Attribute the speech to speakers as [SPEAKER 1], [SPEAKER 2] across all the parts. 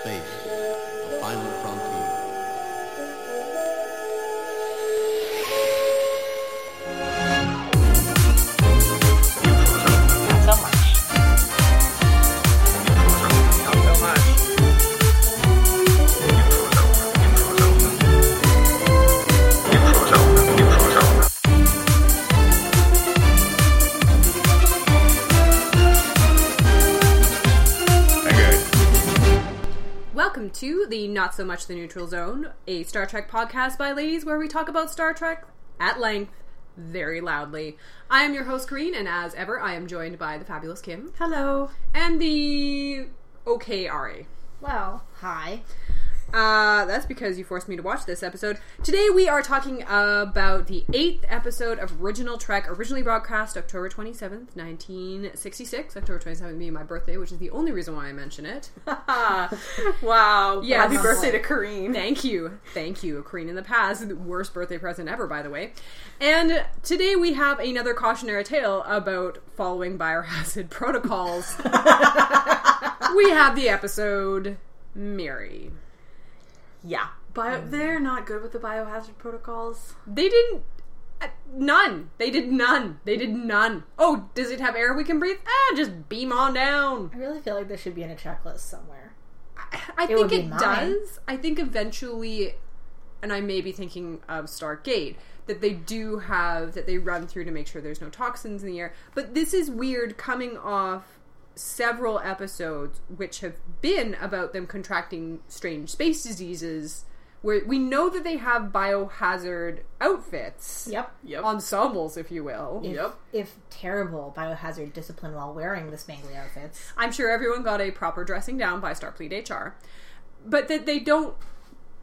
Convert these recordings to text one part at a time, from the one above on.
[SPEAKER 1] Space, the final frontier.
[SPEAKER 2] So much.
[SPEAKER 3] Welcome to the Not So Much the Neutral Zone, a Star Trek podcast by ladies where we talk about Star Trek at length, very loudly. I am your host, Green, and as ever, I am joined by the fabulous Kim. Hello. And the okay Ari.
[SPEAKER 4] Well, hi.
[SPEAKER 3] Uh, that's because you forced me to watch this episode. Today we are talking about the eighth episode of Original Trek, originally broadcast October 27th, 1966. October 27th being my birthday, which is the only reason why I mention it.
[SPEAKER 5] Wow.
[SPEAKER 3] Yeah,
[SPEAKER 5] Happy
[SPEAKER 3] lovely.
[SPEAKER 5] birthday to Kareem.
[SPEAKER 3] Thank you. Thank you, Kareen in the past. The worst birthday present ever, by the way. And today we have another cautionary tale about following biohazard protocols. we have the episode Mary.
[SPEAKER 5] Yeah. Bio- they're not good with the biohazard protocols.
[SPEAKER 3] They didn't. uh, None. They did none. They did none. Oh, does it have air we can breathe? Ah, just beam on down.
[SPEAKER 4] I really feel like this should be in a checklist somewhere.
[SPEAKER 3] I think
[SPEAKER 4] would be
[SPEAKER 3] it
[SPEAKER 4] mine.
[SPEAKER 3] does. I think eventually, and I may be thinking of Stargate, that they do have that they run through to make sure there's no toxins in the air. But this is weird coming off several episodes which have been about them contracting strange space diseases where we know that they have biohazard outfits
[SPEAKER 4] Yep.
[SPEAKER 5] Yep.
[SPEAKER 3] ensembles if you will
[SPEAKER 4] If,
[SPEAKER 5] Yep.
[SPEAKER 4] If terrible biohazard discipline while wearing the spangly outfits.
[SPEAKER 3] I'm sure everyone got a proper dressing down by Starfleet HR, but that they don't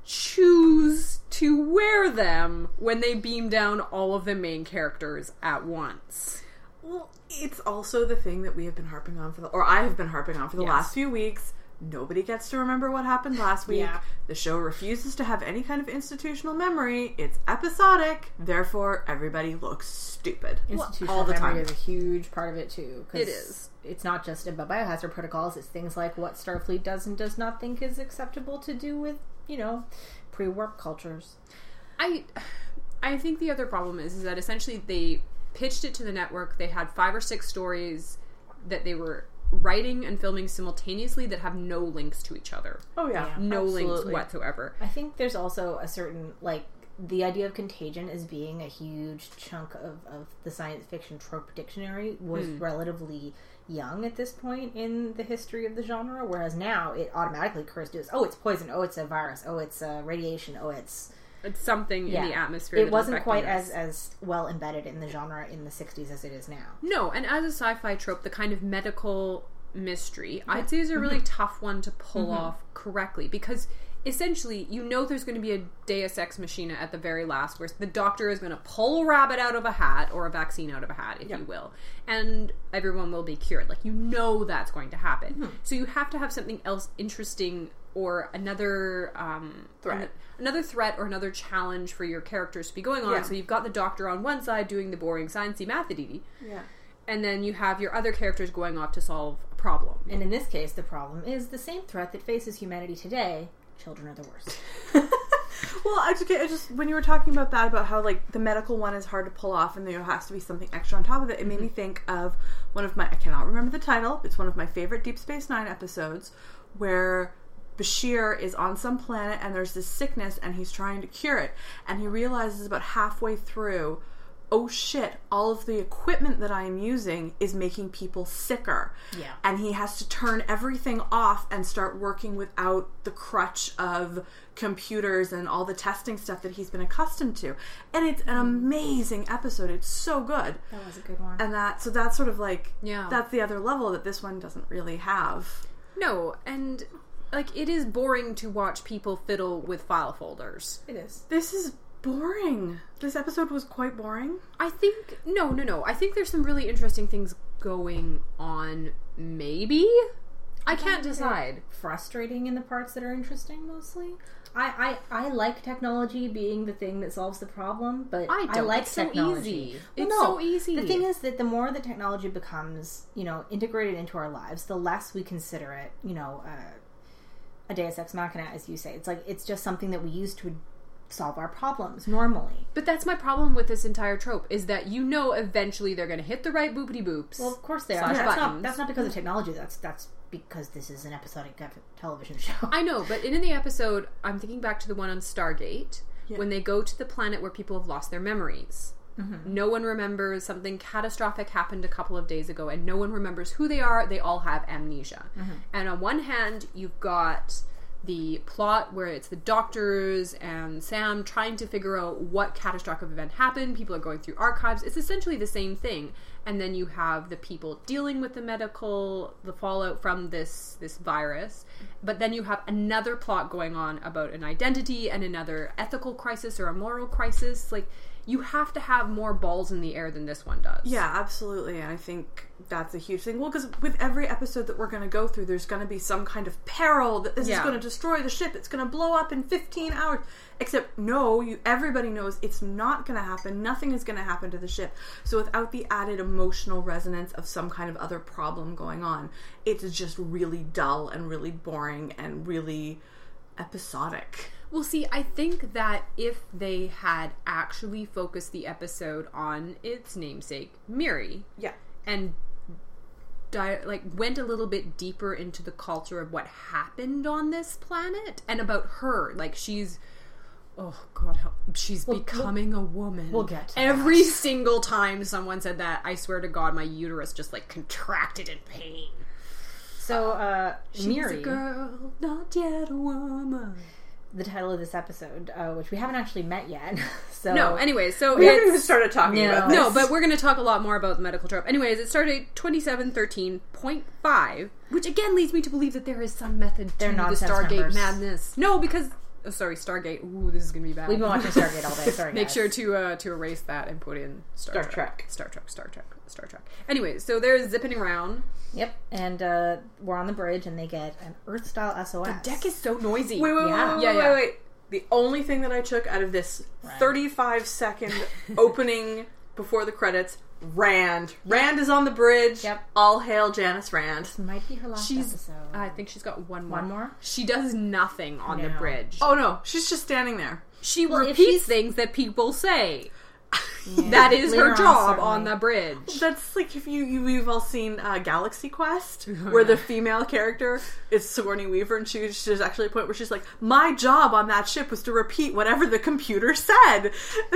[SPEAKER 3] choose to wear them when they beam down all of the main characters at once.
[SPEAKER 5] well, it's also the thing that we have been harping on for the, or I have been harping on for the last few weeks. Nobody gets to remember what happened last week.
[SPEAKER 4] Yeah.
[SPEAKER 5] The show refuses to have any kind of institutional memory. It's episodic, therefore everybody looks stupid
[SPEAKER 4] Institutional
[SPEAKER 5] all the
[SPEAKER 4] memory
[SPEAKER 5] time.
[SPEAKER 4] is a huge part of it too. 'cause
[SPEAKER 3] It is.
[SPEAKER 4] It's not just about biohazard protocols. It's things like what Starfleet does and does not think is acceptable to do with, you know, pre-warp cultures.
[SPEAKER 3] I I think the other problem is, is that essentially they pitched it to the network. They had five or six stories that they were writing and filming simultaneously that have no links to each other.
[SPEAKER 5] Oh yeah,
[SPEAKER 4] Yeah.
[SPEAKER 3] No links
[SPEAKER 5] absolutely.
[SPEAKER 3] whatsoever.
[SPEAKER 4] I think there's also a certain like the idea of contagion as being a huge chunk of, of the science fiction trope dictionary was
[SPEAKER 3] Hmm.
[SPEAKER 4] relatively young at this point in the history of the genre, whereas now it automatically occurs to us, oh, it's poison, oh, it's a virus, oh, it's uh, radiation, oh, it's
[SPEAKER 3] It's something in the atmosphere. that
[SPEAKER 4] It
[SPEAKER 3] is
[SPEAKER 4] wasn't
[SPEAKER 3] affecting
[SPEAKER 4] quite
[SPEAKER 3] us.
[SPEAKER 4] as as well embedded in the genre in the '60s as it is now.
[SPEAKER 3] No, and as a sci-fi trope, the kind of medical mystery, I'd say is a
[SPEAKER 5] Mm-hmm.
[SPEAKER 3] really tough one to pull off correctly because essentially you know there's going to be a deus ex machina at the very last where the doctor is going to pull a rabbit out of a hat or a vaccine out of a hat if you will and everyone will be cured like you know that's going to happen
[SPEAKER 5] Mm-hmm.
[SPEAKER 3] so you have to have something else interesting or another um,
[SPEAKER 5] Threat.
[SPEAKER 3] an- another threat or another challenge for your characters to be going on
[SPEAKER 5] Yeah.
[SPEAKER 3] so you've got the doctor on one side doing the boring sciencey mathy
[SPEAKER 5] Yeah.
[SPEAKER 3] and then you have your other characters going off to solve a problem.
[SPEAKER 4] And in this case, the problem is the same threat that faces humanity today. Children are the worst.
[SPEAKER 5] Well, I just, I just when you were talking about that about how like the medical one is hard to pull off and there has to be something extra on top of it, it made me think of one of my I cannot remember the title. It's one of my favorite Deep Space Nine episodes where Bashir is on some planet and there's this sickness and he's trying to cure it and he realizes about halfway through oh shit, all of the equipment that I am using is making people sicker.
[SPEAKER 4] Yeah.
[SPEAKER 5] And he has to turn everything off and start working without the crutch of computers and all the testing stuff that he's been accustomed to. And it's an amazing episode. It's so good.
[SPEAKER 4] That was a good one.
[SPEAKER 5] And that so that's sort of like
[SPEAKER 3] Yeah.
[SPEAKER 5] that's the other level that this one doesn't really have.
[SPEAKER 3] No, and like it is boring to watch people fiddle with file folders.
[SPEAKER 4] It is.
[SPEAKER 5] This is boring. This episode was quite boring.
[SPEAKER 3] I think no, no, no. I think there's some really interesting things going on maybe. I can't decide.
[SPEAKER 4] frustrating in the parts that are interesting mostly. I, I, I like technology being the thing that solves the problem, but
[SPEAKER 3] I
[SPEAKER 4] I,
[SPEAKER 3] don't.
[SPEAKER 4] like
[SPEAKER 3] It's so
[SPEAKER 4] technology.
[SPEAKER 3] easy.
[SPEAKER 4] Well,
[SPEAKER 3] It's
[SPEAKER 4] no,
[SPEAKER 3] so easy.
[SPEAKER 4] The thing is that the more the technology becomes, you know, integrated into our lives, the less we consider it, you know, uh, a Deus Ex Machina, as you say. It's like it's just something that we use to solve our problems normally.
[SPEAKER 3] But that's my problem with this entire trope is that you know eventually they're going to hit the right boopity boops.
[SPEAKER 4] Well, of course they are.
[SPEAKER 3] Slash
[SPEAKER 4] That's not,
[SPEAKER 3] buttons.
[SPEAKER 4] that's not because of technology. That's that's because this is an episodic ev- television show.
[SPEAKER 3] I know, but in the episode, I'm thinking back to the one on Stargate when they go to the planet where people have lost their memories. Mm-hmm. No one remembers something catastrophic happened a couple of days ago, and no one remembers who they are. They all have amnesia. And on one hand, you've got the plot where it's the doctors and Sam trying to figure out what catastrophic event happened. People are going through archives. It's essentially the same thing. And then you have the people dealing with the medical, the fallout from this this virus. But then you have another plot going on about an identity and another ethical crisis or a moral crisis. Like you have to have more balls in the air than this one does.
[SPEAKER 5] Yeah, absolutely. And I think that's a huge thing. Well, because with every episode that we're going to go through, there's going to be some kind of peril that this is
[SPEAKER 3] Yeah.
[SPEAKER 5] going to destroy the ship. It's going to blow up in 15 hours. Except, no, you, everybody knows it's not going to happen. Nothing is going to happen to the ship. So, without the added emotional resonance of some kind of other problem going on, it's just really dull and really boring and really episodic.
[SPEAKER 3] Well, see, I think that if they had actually focused the episode on its namesake, Miri,
[SPEAKER 5] Yeah.
[SPEAKER 3] and di- like went a little bit deeper into the culture of what happened on this planet and about her, like she's oh god, help, she's becoming a woman.
[SPEAKER 4] we'll get to
[SPEAKER 3] every single time someone said that. I swear to God, my uterus just like contracted in pain.
[SPEAKER 4] So, uh,
[SPEAKER 3] She's a
[SPEAKER 4] Miri,
[SPEAKER 3] girl, not yet a woman.
[SPEAKER 4] the title of this episode, uh, which we haven't actually met yet. So
[SPEAKER 3] No, anyway, so
[SPEAKER 5] We
[SPEAKER 3] it's-
[SPEAKER 5] haven't even started talking
[SPEAKER 4] No.
[SPEAKER 5] about this.
[SPEAKER 3] No, but we're going to talk a lot more about the medical trope. Anyways, it started at 2713.5, which again leads me to believe that there is some method to
[SPEAKER 4] They're
[SPEAKER 3] the
[SPEAKER 4] nonsense
[SPEAKER 3] Stargate
[SPEAKER 4] numbers.
[SPEAKER 3] madness. No, because oh, sorry, Stargate. Ooh, this is going to be bad.
[SPEAKER 4] We've been watching Stargate all day. Sorry,
[SPEAKER 3] Make
[SPEAKER 4] guys.
[SPEAKER 3] sure to uh, to erase that and put in Star,
[SPEAKER 4] Star Trek.
[SPEAKER 3] Star Trek, Star Trek, Star Trek. Anyway, so they're zipping around.
[SPEAKER 4] Yep, and uh, we're on the bridge, and they get an Earth-style SOS.
[SPEAKER 3] The deck is so noisy.
[SPEAKER 5] Wait, wait,
[SPEAKER 4] Yeah.
[SPEAKER 5] wait, wait,
[SPEAKER 3] Yeah,
[SPEAKER 5] wait,
[SPEAKER 3] yeah.
[SPEAKER 5] wait, wait. The only thing that I took out of this 35 second opening before the credits Rand. Rand is on the bridge.
[SPEAKER 4] Yep.
[SPEAKER 5] All hail Janice Rand.
[SPEAKER 4] might be her last
[SPEAKER 3] She's.
[SPEAKER 4] episode.
[SPEAKER 3] I think she's got one more.
[SPEAKER 4] One more?
[SPEAKER 3] She does nothing on the
[SPEAKER 4] No.
[SPEAKER 3] bridge.
[SPEAKER 5] Oh no, she's just standing there.
[SPEAKER 3] she
[SPEAKER 4] Well, if
[SPEAKER 3] repeats
[SPEAKER 4] she's-
[SPEAKER 3] things that people say. That is
[SPEAKER 4] Later
[SPEAKER 3] her
[SPEAKER 4] on,
[SPEAKER 3] job
[SPEAKER 4] certainly.
[SPEAKER 3] on the bridge.
[SPEAKER 5] That's like if you, you you've all seen uh, Galaxy Quest,
[SPEAKER 3] Oh,
[SPEAKER 5] where the female character is Sigourney Weaver, and she's there's actually a point where she's like, "My job on that ship was to repeat whatever the computer said," and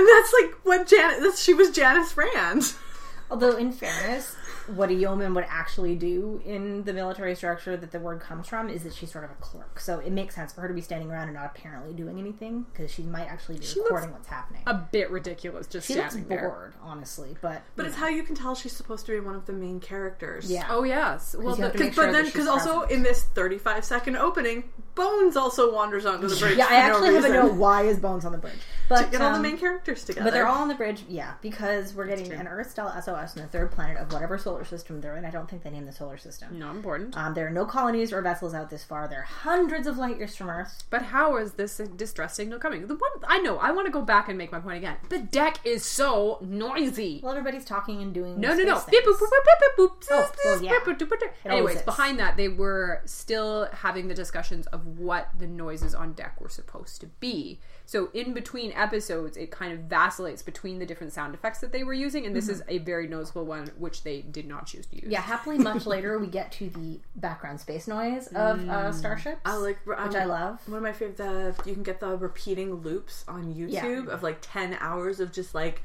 [SPEAKER 5] that's like what Janice she was Janice Rand.
[SPEAKER 4] Although, in fairness, what a yeoman would actually do in the military structure that the word comes from is that she's sort of a clerk. So it makes sense for her to be standing around and not apparently doing anything because she might actually be recording what's happening.
[SPEAKER 3] a bit ridiculous just
[SPEAKER 4] she looks
[SPEAKER 3] standing there.
[SPEAKER 4] bored, honestly, but
[SPEAKER 5] But it's how you can tell she's supposed to be one of the main characters.
[SPEAKER 4] yeah.
[SPEAKER 3] Oh yes. Well,
[SPEAKER 4] you have
[SPEAKER 3] the-
[SPEAKER 4] to
[SPEAKER 5] Cause,
[SPEAKER 4] make sure
[SPEAKER 5] but
[SPEAKER 4] that
[SPEAKER 5] then,
[SPEAKER 4] she's
[SPEAKER 5] because also
[SPEAKER 4] present.
[SPEAKER 5] in this 35 second opening, Bones also wanders onto the bridge.
[SPEAKER 4] yeah,
[SPEAKER 5] for
[SPEAKER 4] I actually
[SPEAKER 5] no
[SPEAKER 4] haven't
[SPEAKER 5] reason.
[SPEAKER 4] know why is Bones on the bridge, but
[SPEAKER 5] Get all the
[SPEAKER 4] um,
[SPEAKER 5] main characters together.
[SPEAKER 4] But they're all on the bridge, yeah, because we're getting an Earth-style SOS on the third planet of whatever solar system they're in. I don't think they name the solar system.
[SPEAKER 3] not important.
[SPEAKER 4] Um, there are no colonies or vessels out this far. They're hundreds of light years from Earth.
[SPEAKER 3] But how is this distress signal coming? The one I know. I want to go back and make my point again. The deck is so noisy.
[SPEAKER 4] Well, everybody's talking and doing
[SPEAKER 3] No, no, no.
[SPEAKER 4] space
[SPEAKER 3] Beep, boop,
[SPEAKER 4] things.
[SPEAKER 3] boop, boop, boop, boop,
[SPEAKER 4] Oh, well, yeah.
[SPEAKER 3] boop, boop, boop, boop.
[SPEAKER 4] always
[SPEAKER 3] Anyways,
[SPEAKER 4] is.
[SPEAKER 3] behind that, they were still having the discussions of what the noises on deck were supposed to be. So, in between episodes, it kind of vacillates between the different sound effects that they were using, and this is a very noticeable one, which they did not choose to use.
[SPEAKER 4] Mm-hmm. Yeah, happily, much later we get to the background space noise of
[SPEAKER 3] Mm.
[SPEAKER 4] uh, starships,
[SPEAKER 5] I like, um,
[SPEAKER 4] which I love.
[SPEAKER 5] One of my favorite, the, you can get the repeating loops on YouTube of like 10 hours of just like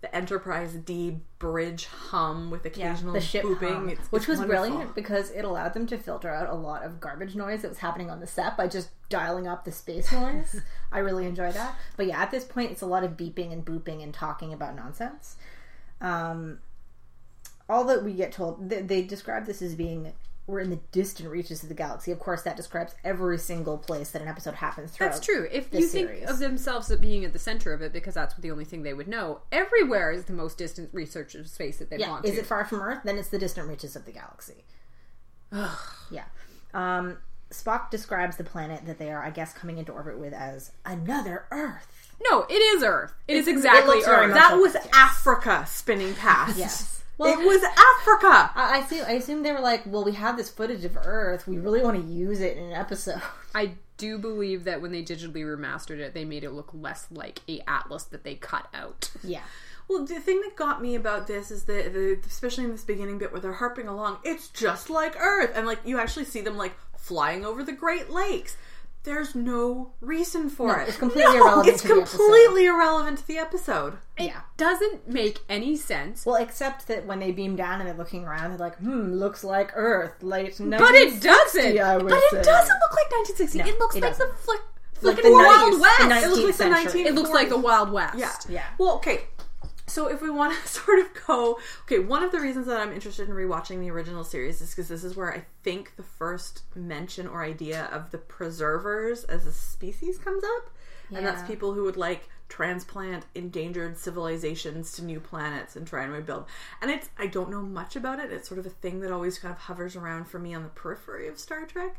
[SPEAKER 5] the Enterprise D bridge hum with
[SPEAKER 4] Yeah,
[SPEAKER 5] occasional
[SPEAKER 4] the ship
[SPEAKER 5] booping.
[SPEAKER 4] hum,
[SPEAKER 5] It's-
[SPEAKER 4] which
[SPEAKER 5] it's
[SPEAKER 4] was
[SPEAKER 5] wonderful.
[SPEAKER 4] brilliant because it allowed them to filter out a lot of garbage noise that was happening on the set by just dialing up the space noise. I really enjoy that. But yeah, at this point, it's a lot of beeping and booping and talking about nonsense. Um, all that we get told, they, they describe this as being we're in the distant reaches of the galaxy. Of course, that describes every single place that an episode happens throughout.
[SPEAKER 3] That's true. If
[SPEAKER 4] the
[SPEAKER 3] you think
[SPEAKER 4] series.
[SPEAKER 3] of themselves as being at the center of it, because that's the only thing they would know, everywhere is the most distant research of space that they've
[SPEAKER 4] Yeah,
[SPEAKER 3] gone
[SPEAKER 4] is
[SPEAKER 3] to.
[SPEAKER 4] it far from Earth? Then it's the distant reaches of the galaxy. yeah. Um, Spock describes the planet that they are, I guess, coming into orbit with as another Earth.
[SPEAKER 3] no, it is Earth. it's exactly
[SPEAKER 4] looks very
[SPEAKER 3] Earth.
[SPEAKER 4] much-
[SPEAKER 5] That was Africa spinning past.
[SPEAKER 4] Yes. Well,
[SPEAKER 5] it was Africa.
[SPEAKER 4] I, I assume I assume they were like, well, we have this footage of Earth. We really want to use it in an episode.
[SPEAKER 3] I do believe that when they digitally remastered it, they made it look less like a atlas that they cut out.
[SPEAKER 4] Yeah.
[SPEAKER 5] Well, the thing that got me about this is that, the, especially in this beginning bit where they're harping along, it's just like Earth, and like you actually see them like flying over the Great Lakes. There's no reason for
[SPEAKER 4] No,
[SPEAKER 5] it.
[SPEAKER 4] it's completely irrelevant
[SPEAKER 5] It's
[SPEAKER 4] to the episode.
[SPEAKER 5] completely irrelevant to the episode.
[SPEAKER 4] Yeah.
[SPEAKER 3] Doesn't make any sense.
[SPEAKER 4] Well, except that when they beam down and they're looking around, they're like, hmm, looks like Earth. Late
[SPEAKER 3] But it doesn't.
[SPEAKER 4] I would
[SPEAKER 3] but it
[SPEAKER 4] say.
[SPEAKER 3] doesn't look like 1960.
[SPEAKER 4] No,
[SPEAKER 3] it looks
[SPEAKER 4] it
[SPEAKER 3] like the
[SPEAKER 4] doesn't.
[SPEAKER 3] flick,
[SPEAKER 4] Like
[SPEAKER 3] flicking
[SPEAKER 4] the
[SPEAKER 3] Wild
[SPEAKER 4] 90s
[SPEAKER 3] West.
[SPEAKER 4] the
[SPEAKER 3] it looks
[SPEAKER 4] 19th
[SPEAKER 3] like
[SPEAKER 5] like the
[SPEAKER 4] century.
[SPEAKER 5] 19
[SPEAKER 3] it looks like the Wild West.
[SPEAKER 5] Yeah.
[SPEAKER 4] Yeah.
[SPEAKER 5] Well, okay. So if we want to sort of go, okay, one of the reasons that I'm interested in rewatching the original series is because this is where I think the first mention or idea of the preservers as a species comes up, and that's
[SPEAKER 4] Yeah.
[SPEAKER 5] people who would like transplant endangered civilizations to new planets and try and rebuild. And it's I don't know much about it. It's sort of a thing that always kind of hovers around for me on the periphery of Star Trek.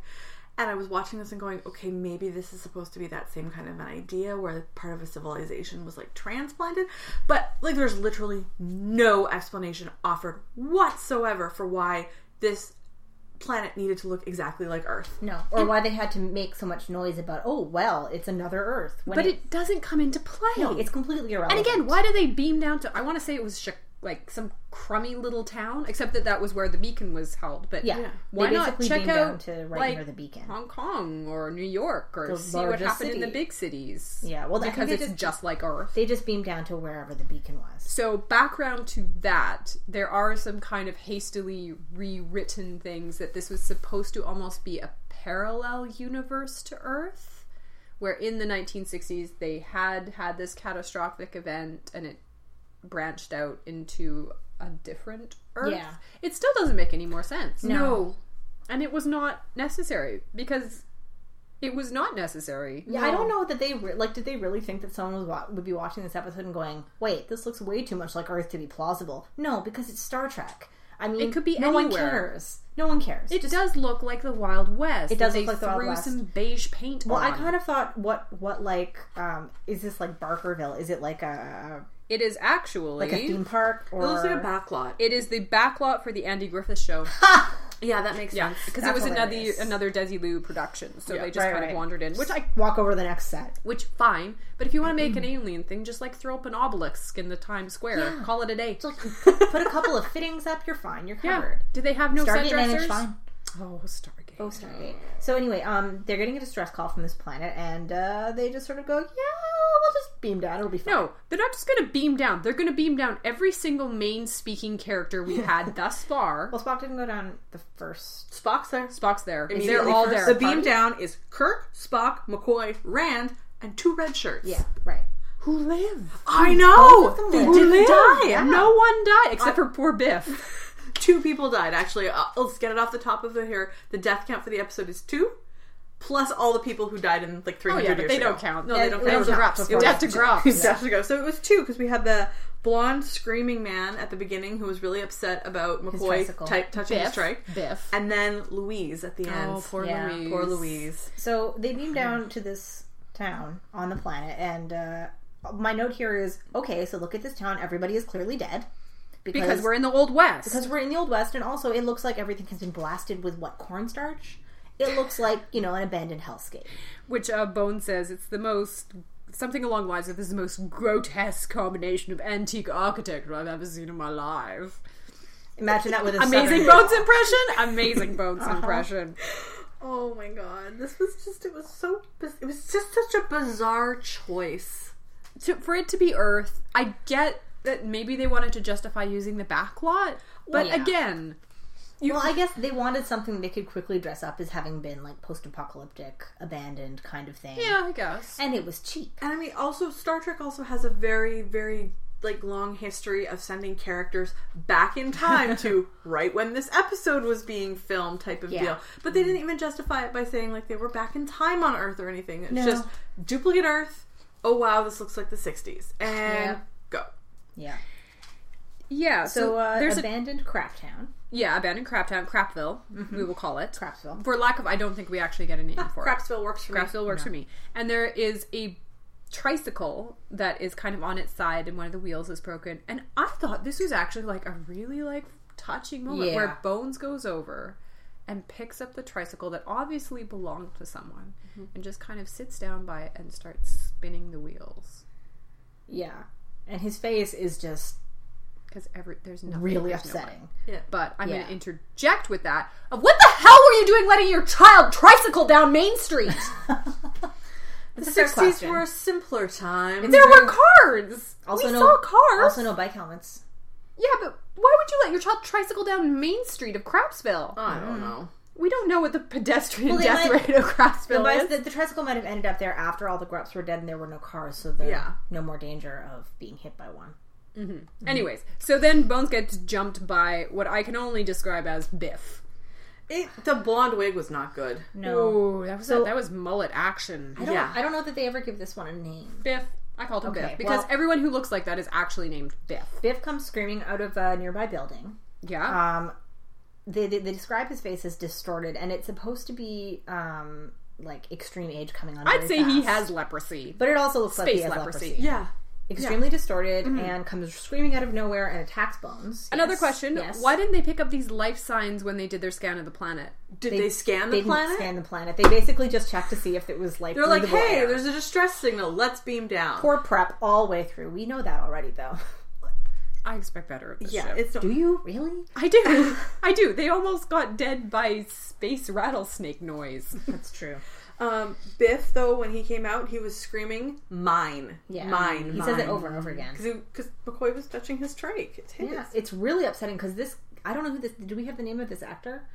[SPEAKER 5] And I was watching this and going, okay, maybe this is supposed to be that same kind of an idea where part of a civilization was like transplanted. But like, there's literally no explanation offered whatsoever for why this planet needed to look exactly like Earth.
[SPEAKER 4] No. Or why they had to make so much noise about, oh, well, it's another Earth. When
[SPEAKER 3] But it doesn't come into play.
[SPEAKER 4] no, it's completely
[SPEAKER 3] And
[SPEAKER 4] irrelevant.
[SPEAKER 3] again, why do they beam down to? I want to say it was Chi- like some crummy little town, except that that was where the beacon was held. But
[SPEAKER 4] Yeah.
[SPEAKER 3] why
[SPEAKER 4] They
[SPEAKER 3] not
[SPEAKER 4] basically
[SPEAKER 3] check
[SPEAKER 4] beam down
[SPEAKER 3] out
[SPEAKER 4] to right
[SPEAKER 3] like
[SPEAKER 4] near the beacon.
[SPEAKER 3] Hong Kong or New York, or
[SPEAKER 4] The
[SPEAKER 3] see what
[SPEAKER 4] largest
[SPEAKER 3] happened in the
[SPEAKER 4] city.
[SPEAKER 3] big cities?
[SPEAKER 4] Yeah, well, I think
[SPEAKER 3] because
[SPEAKER 4] they
[SPEAKER 3] it's
[SPEAKER 4] just-
[SPEAKER 3] just like Earth.
[SPEAKER 4] They just beamed down to wherever the beacon was.
[SPEAKER 3] So background to that, there are some kind of hastily rewritten things that this was supposed to almost be a parallel universe to Earth, where in the 1960s they had had this catastrophic event and it branched out into a different Earth.
[SPEAKER 4] Yeah.
[SPEAKER 3] It still doesn't make any more sense.
[SPEAKER 4] No.
[SPEAKER 5] Oh,
[SPEAKER 3] And it was not necessary because it was not necessary.
[SPEAKER 4] Yeah, I don't know that they re- like. Did they really think that someone was wa- would be watching this episode and going, "Wait, this looks way too much like Earth to be plausible"? No, because it's Star Trek. I mean,
[SPEAKER 3] It could be
[SPEAKER 4] no one
[SPEAKER 3] anywhere.
[SPEAKER 4] cares. No one cares.
[SPEAKER 3] It does look like the Wild West.
[SPEAKER 4] It does
[SPEAKER 3] They
[SPEAKER 4] look like the Wild
[SPEAKER 3] threw
[SPEAKER 4] West.
[SPEAKER 3] some beige paint.
[SPEAKER 4] well, I
[SPEAKER 3] on.
[SPEAKER 4] kind of thought, what, what, like, um, is this like Barkerville? Is it like a
[SPEAKER 3] It is actually
[SPEAKER 4] like a theme park or
[SPEAKER 5] It looks like a backlot.
[SPEAKER 3] it is the backlot for the Andy Griffith Show.
[SPEAKER 5] Yeah, that makes
[SPEAKER 3] yeah,
[SPEAKER 5] sense.
[SPEAKER 3] because it
[SPEAKER 4] That's
[SPEAKER 3] was
[SPEAKER 4] hilarious.
[SPEAKER 3] another another Desi Lou production, so they just
[SPEAKER 4] right,
[SPEAKER 3] kind of
[SPEAKER 4] right.
[SPEAKER 3] wandered in, which I
[SPEAKER 4] walk over the next set?
[SPEAKER 3] which fine. But if you want to make an alien thing, just like throw up an obelisk in the Times Square,
[SPEAKER 4] Yeah.
[SPEAKER 3] call it a day.
[SPEAKER 4] Put a couple of fittings up, you're fine. You're
[SPEAKER 3] yeah.
[SPEAKER 4] covered.
[SPEAKER 3] Did they have no set
[SPEAKER 4] Stargate
[SPEAKER 3] dressers?
[SPEAKER 4] managed fine.
[SPEAKER 3] Oh, Stargate.
[SPEAKER 4] Oh, Stargate. So anyway, um, they're getting a distress call from this planet, and uh, they just sort of go, "Yeah, we'll just beam down. It'll be fine."
[SPEAKER 3] No, they're not just going to beam down. They're going to beam down every single main speaking character we've had thus far.
[SPEAKER 4] Well, Spock didn't go down the first.
[SPEAKER 5] Spock's there.
[SPEAKER 3] Spock's there. They're
[SPEAKER 5] Immediately
[SPEAKER 3] all
[SPEAKER 5] first.
[SPEAKER 3] there.
[SPEAKER 5] The beam down is Kirk, Spock, McCoy, Rand, and two red shirts.
[SPEAKER 4] Yeah, right.
[SPEAKER 3] Who live?
[SPEAKER 5] I know.
[SPEAKER 4] Both of them
[SPEAKER 5] They
[SPEAKER 4] live. Who
[SPEAKER 5] didn't die.
[SPEAKER 4] Yeah.
[SPEAKER 3] No one died except for poor Biff.
[SPEAKER 5] Two people died. Actually, uh, let's get it off the top of the here. The death count for the episode is two, plus all the people who died in like three
[SPEAKER 3] Oh
[SPEAKER 5] hundred
[SPEAKER 3] yeah, but
[SPEAKER 5] years
[SPEAKER 3] they
[SPEAKER 5] ago.
[SPEAKER 3] don't count.
[SPEAKER 5] No,
[SPEAKER 4] Yeah,
[SPEAKER 5] they don't
[SPEAKER 4] it
[SPEAKER 5] count.
[SPEAKER 4] was drops
[SPEAKER 5] It
[SPEAKER 4] before.
[SPEAKER 5] was
[SPEAKER 3] Death to Grops.
[SPEAKER 5] Death to go. So it was two because we had the blonde screaming man at the beginning who was really upset about McCoy
[SPEAKER 4] tricycle.
[SPEAKER 5] ti- touching his trike,
[SPEAKER 3] Biff.
[SPEAKER 5] and then Louise at the end.
[SPEAKER 3] Oh, poor
[SPEAKER 4] Yeah.
[SPEAKER 3] Louise.
[SPEAKER 5] Poor Louise.
[SPEAKER 4] So they beam down to this town on the planet, and uh, my note here is okay. So look at this town. Everybody is clearly dead
[SPEAKER 3] Because we're in the Old West.
[SPEAKER 4] because we're in the old west, and also it looks like everything has been blasted with what cornstarch. It looks like you know an abandoned hellscape.
[SPEAKER 3] Which uh, Bone says it's the most. Something along the lines of this is the most grotesque combination of antique architecture I've ever seen in my life.
[SPEAKER 4] Imagine that with a
[SPEAKER 3] Amazing
[SPEAKER 4] southern-
[SPEAKER 3] Bones impression? Amazing Bones impression.
[SPEAKER 5] Oh my god, this was just it was so biz- it was just such a bizarre choice.
[SPEAKER 3] To, for it to be Earth, I get that maybe they wanted to justify using the backlot, but
[SPEAKER 4] Yeah.
[SPEAKER 3] again,
[SPEAKER 4] Well, I guess they wanted something they could quickly dress up as having been like post-apocalyptic, abandoned kind of thing.
[SPEAKER 3] yeah, I guess.
[SPEAKER 4] and it was cheap.
[SPEAKER 5] And I mean, also Star Trek also has a very, very like long history of sending characters back in time to right when this episode was being filmed type of
[SPEAKER 4] Yeah.
[SPEAKER 5] deal. But they didn't even justify it by saying like they were back in time on Earth or anything. It's
[SPEAKER 4] No.
[SPEAKER 5] just duplicate Earth. Oh wow, this looks like the '60s, and
[SPEAKER 4] Yeah.
[SPEAKER 5] go.
[SPEAKER 4] Yeah.
[SPEAKER 3] Yeah, so,
[SPEAKER 4] So uh,
[SPEAKER 3] there's a
[SPEAKER 4] abandoned craft town,
[SPEAKER 3] yeah abandoned crap town, Crapville, we
[SPEAKER 4] Mm-hmm.
[SPEAKER 3] will call it.
[SPEAKER 4] Craftsville. Ah,
[SPEAKER 3] For lack of, I don't think we actually get a name for it.
[SPEAKER 5] Crapsville works for me.
[SPEAKER 3] Grassfield works for me. And there is a tricycle that is kind of on its side and one of the wheels is broken. And I thought this was actually like a really like touching moment
[SPEAKER 4] Yeah.
[SPEAKER 3] where Bones goes over and picks up the tricycle that obviously belonged to someone
[SPEAKER 4] Mm-hmm.
[SPEAKER 3] and just kind of sits down by it and starts spinning the wheels
[SPEAKER 4] Yeah. And his face is just
[SPEAKER 3] because every there's nothing
[SPEAKER 4] really
[SPEAKER 3] there's no one.
[SPEAKER 4] upsetting.
[SPEAKER 3] But I'm going
[SPEAKER 4] Yeah.
[SPEAKER 3] to interject with that of what the hell were you doing letting your child tricycle down Main Street?
[SPEAKER 5] The
[SPEAKER 4] That's a fair
[SPEAKER 5] sixties
[SPEAKER 4] question.
[SPEAKER 5] were a simpler time.
[SPEAKER 3] there were cars.
[SPEAKER 4] Also
[SPEAKER 3] we
[SPEAKER 4] no-
[SPEAKER 3] saw cars.
[SPEAKER 4] Also, no bike helmets.
[SPEAKER 3] Yeah, but why would you let your child tricycle down Main Street of Crapsville?
[SPEAKER 5] I
[SPEAKER 4] Mm.
[SPEAKER 5] don't know.
[SPEAKER 3] we don't know what the pedestrian
[SPEAKER 4] Well, they
[SPEAKER 3] death
[SPEAKER 4] might-
[SPEAKER 3] rate of
[SPEAKER 4] The,
[SPEAKER 3] Crapsville
[SPEAKER 4] bus-
[SPEAKER 3] is.
[SPEAKER 4] the, the tricycle might have ended up there after all the grubs were dead and there were no cars, so there's
[SPEAKER 5] Yeah.
[SPEAKER 4] no more danger of being hit by one.
[SPEAKER 3] Anyways, so then Bones gets jumped by what I can only describe as Biff.
[SPEAKER 5] It, the blonde wig was not good.
[SPEAKER 4] No.
[SPEAKER 3] Ooh, that was
[SPEAKER 4] So-
[SPEAKER 3] that was mullet action.
[SPEAKER 4] I don't,
[SPEAKER 5] Yeah.
[SPEAKER 4] I don't know that they ever give this one a name.
[SPEAKER 3] Biff. I called him
[SPEAKER 4] Okay,
[SPEAKER 3] Biff because
[SPEAKER 4] well-
[SPEAKER 3] everyone who looks like that is actually named Biff.
[SPEAKER 4] Biff comes screaming out of a nearby building.
[SPEAKER 3] Yeah.
[SPEAKER 4] Um, they, they, they describe his face as distorted, and it's supposed to be um, like extreme age coming on.
[SPEAKER 3] I'd
[SPEAKER 4] very
[SPEAKER 3] say he
[SPEAKER 4] fast.
[SPEAKER 3] has leprosy.
[SPEAKER 4] but it also looks like he
[SPEAKER 3] space
[SPEAKER 4] has leprosy.
[SPEAKER 3] leprosy.
[SPEAKER 5] Yeah. Mm-hmm.
[SPEAKER 4] Extremely distorted, and comes screaming out of nowhere and attacks Bones.
[SPEAKER 3] Another
[SPEAKER 4] Yes,
[SPEAKER 3] question:
[SPEAKER 4] yes.
[SPEAKER 3] Why didn't they pick up these life signs when they did their scan of the planet?
[SPEAKER 5] Did they, scan
[SPEAKER 4] they
[SPEAKER 5] the
[SPEAKER 4] didn't
[SPEAKER 5] planet?
[SPEAKER 4] Scan the planet. They basically just checked to see if it was like
[SPEAKER 5] They're like,
[SPEAKER 4] breathable
[SPEAKER 5] hey,
[SPEAKER 4] air."
[SPEAKER 5] there's a distress signal. Let's beam down.
[SPEAKER 4] poor prep all the way through. We know that already, though.
[SPEAKER 3] I expect better. Of this
[SPEAKER 5] yeah,
[SPEAKER 3] show.
[SPEAKER 5] it's
[SPEAKER 4] Do you really?
[SPEAKER 3] I do. I do. They almost got dead by space rattlesnake noise.
[SPEAKER 4] That's true.
[SPEAKER 5] um, Biff though. When he came out, he was screaming, "Mine,
[SPEAKER 4] Yeah,
[SPEAKER 5] mine."
[SPEAKER 4] He says it over and over again.
[SPEAKER 5] because McCoy was touching his trach. It's his.
[SPEAKER 4] Yeah, it's really upsetting because this. I don't know who this. Do we have the name of this actor?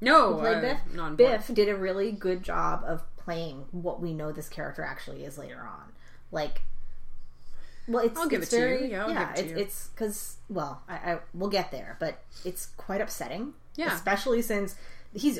[SPEAKER 3] No,
[SPEAKER 4] who played
[SPEAKER 3] uh,
[SPEAKER 4] Biff.
[SPEAKER 3] not on board.
[SPEAKER 4] Biff did a really good job of playing what we know this character actually is later on. Like, well, it's
[SPEAKER 3] I'll give
[SPEAKER 4] it's
[SPEAKER 3] it to you.
[SPEAKER 4] very,
[SPEAKER 3] Yeah, I'll give it to
[SPEAKER 4] it's
[SPEAKER 3] you.
[SPEAKER 4] it's because well, I, I we'll get there, but it's quite upsetting.
[SPEAKER 3] Yeah.
[SPEAKER 4] especially since he's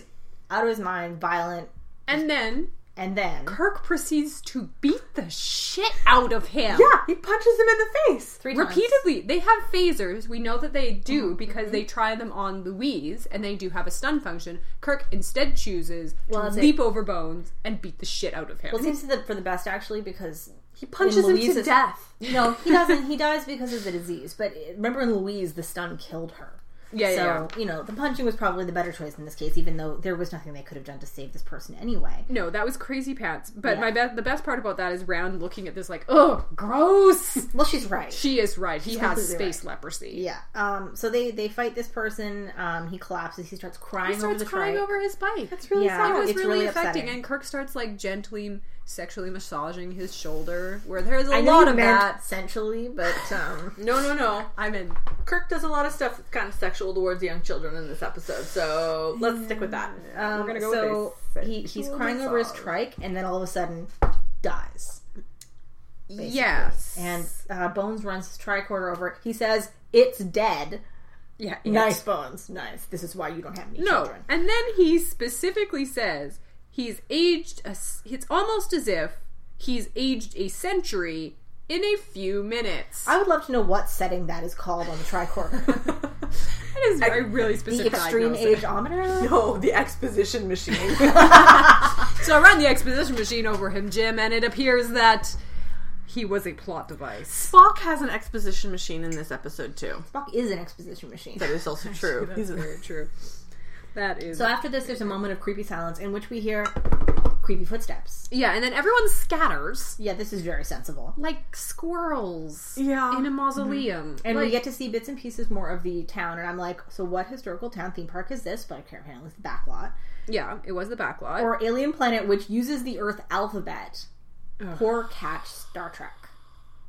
[SPEAKER 4] out of his mind, violent,
[SPEAKER 3] And then
[SPEAKER 4] and then
[SPEAKER 3] Kirk proceeds to beat the shit out of him.
[SPEAKER 5] Yeah, he punches him in the face.
[SPEAKER 4] three times.
[SPEAKER 3] Repeatedly, they have phasers. We know that they
[SPEAKER 4] Mm-hmm.
[SPEAKER 3] do because they try them on Louise, and they do have a stun function. Kirk instead chooses
[SPEAKER 4] Well,
[SPEAKER 3] to
[SPEAKER 4] that's
[SPEAKER 3] leap over Bones and beat the shit out of him.
[SPEAKER 4] Well, it seems to the, for the best actually because
[SPEAKER 5] He punches
[SPEAKER 4] In
[SPEAKER 5] him to
[SPEAKER 4] Louise's-
[SPEAKER 5] death.
[SPEAKER 4] no, he doesn't. he dies because of the disease. But remember, in Louise, the stun killed her.
[SPEAKER 3] yeah, yeah,
[SPEAKER 4] so,
[SPEAKER 3] yeah.
[SPEAKER 4] you know, the punching was probably the better choice in this case, even though there was nothing they could have done to save this person anyway.
[SPEAKER 3] No, that was crazy pants. But
[SPEAKER 4] Yeah.
[SPEAKER 3] my be- the best part about that is Round looking at this like, oh, gross.
[SPEAKER 4] Well, she's right.
[SPEAKER 3] she is right. He has
[SPEAKER 4] completely
[SPEAKER 3] space leprosy.
[SPEAKER 4] yeah. Um. So they they fight this person. Um. He collapses. He starts crying
[SPEAKER 3] He starts
[SPEAKER 4] over the
[SPEAKER 3] crying
[SPEAKER 4] trike.
[SPEAKER 3] over his bike. That's
[SPEAKER 4] really Yeah, sad.
[SPEAKER 3] It was
[SPEAKER 4] it's
[SPEAKER 3] really,
[SPEAKER 4] really
[SPEAKER 3] affecting.
[SPEAKER 4] upsetting.
[SPEAKER 3] And Kirk starts like gently sexually massaging his shoulder, where there's a
[SPEAKER 4] I know
[SPEAKER 3] lot
[SPEAKER 4] you
[SPEAKER 3] of
[SPEAKER 4] meant
[SPEAKER 3] that.
[SPEAKER 4] sensually, but um.
[SPEAKER 5] No, no, no.
[SPEAKER 3] I'm in.
[SPEAKER 5] Kirk does a lot of stuff that's kind of sexual towards young children in this episode, so let's stick with that.
[SPEAKER 4] um,
[SPEAKER 5] gonna go
[SPEAKER 4] so
[SPEAKER 5] with a
[SPEAKER 4] he, he's crying over his trike, and then all of a sudden dies.
[SPEAKER 3] Yes.
[SPEAKER 4] And uh, Bones runs his tricorder over. He says, "It's dead."
[SPEAKER 3] yeah.
[SPEAKER 4] Nice, Bones. Nice. This is why you don't have any
[SPEAKER 3] No.
[SPEAKER 4] children.
[SPEAKER 3] And then he specifically says he's aged. A, s- it's almost as if he's aged a century in a few minutes.
[SPEAKER 4] I would love to know what setting that is called on the tricorder.
[SPEAKER 3] that is very really
[SPEAKER 4] the
[SPEAKER 3] specific.
[SPEAKER 4] extreme
[SPEAKER 3] diagnosis.
[SPEAKER 4] ageometer.
[SPEAKER 5] Oh, the exposition machine.
[SPEAKER 3] So I ran the exposition machine over him, Jim, and it appears that he was a plot device.
[SPEAKER 5] Spock has an exposition machine in this episode too.
[SPEAKER 4] Spock is an exposition machine.
[SPEAKER 5] That is also true. He's a-
[SPEAKER 3] Very true. That is
[SPEAKER 4] So after this, there's a moment of creepy silence in which we hear creepy footsteps.
[SPEAKER 3] Yeah, and then everyone scatters
[SPEAKER 4] Yeah, this is very sensible.
[SPEAKER 3] like squirrels.
[SPEAKER 5] Yeah.
[SPEAKER 3] In a mausoleum.
[SPEAKER 4] Mm-hmm. And
[SPEAKER 3] like,
[SPEAKER 4] we get to see bits and pieces more of the town, and I'm like, so what historical town theme park is this? But apparently it's the backlot.
[SPEAKER 3] Yeah, it was the backlot.
[SPEAKER 4] Or Alien Planet, which uses the Earth alphabet. Poor catch Star Trek.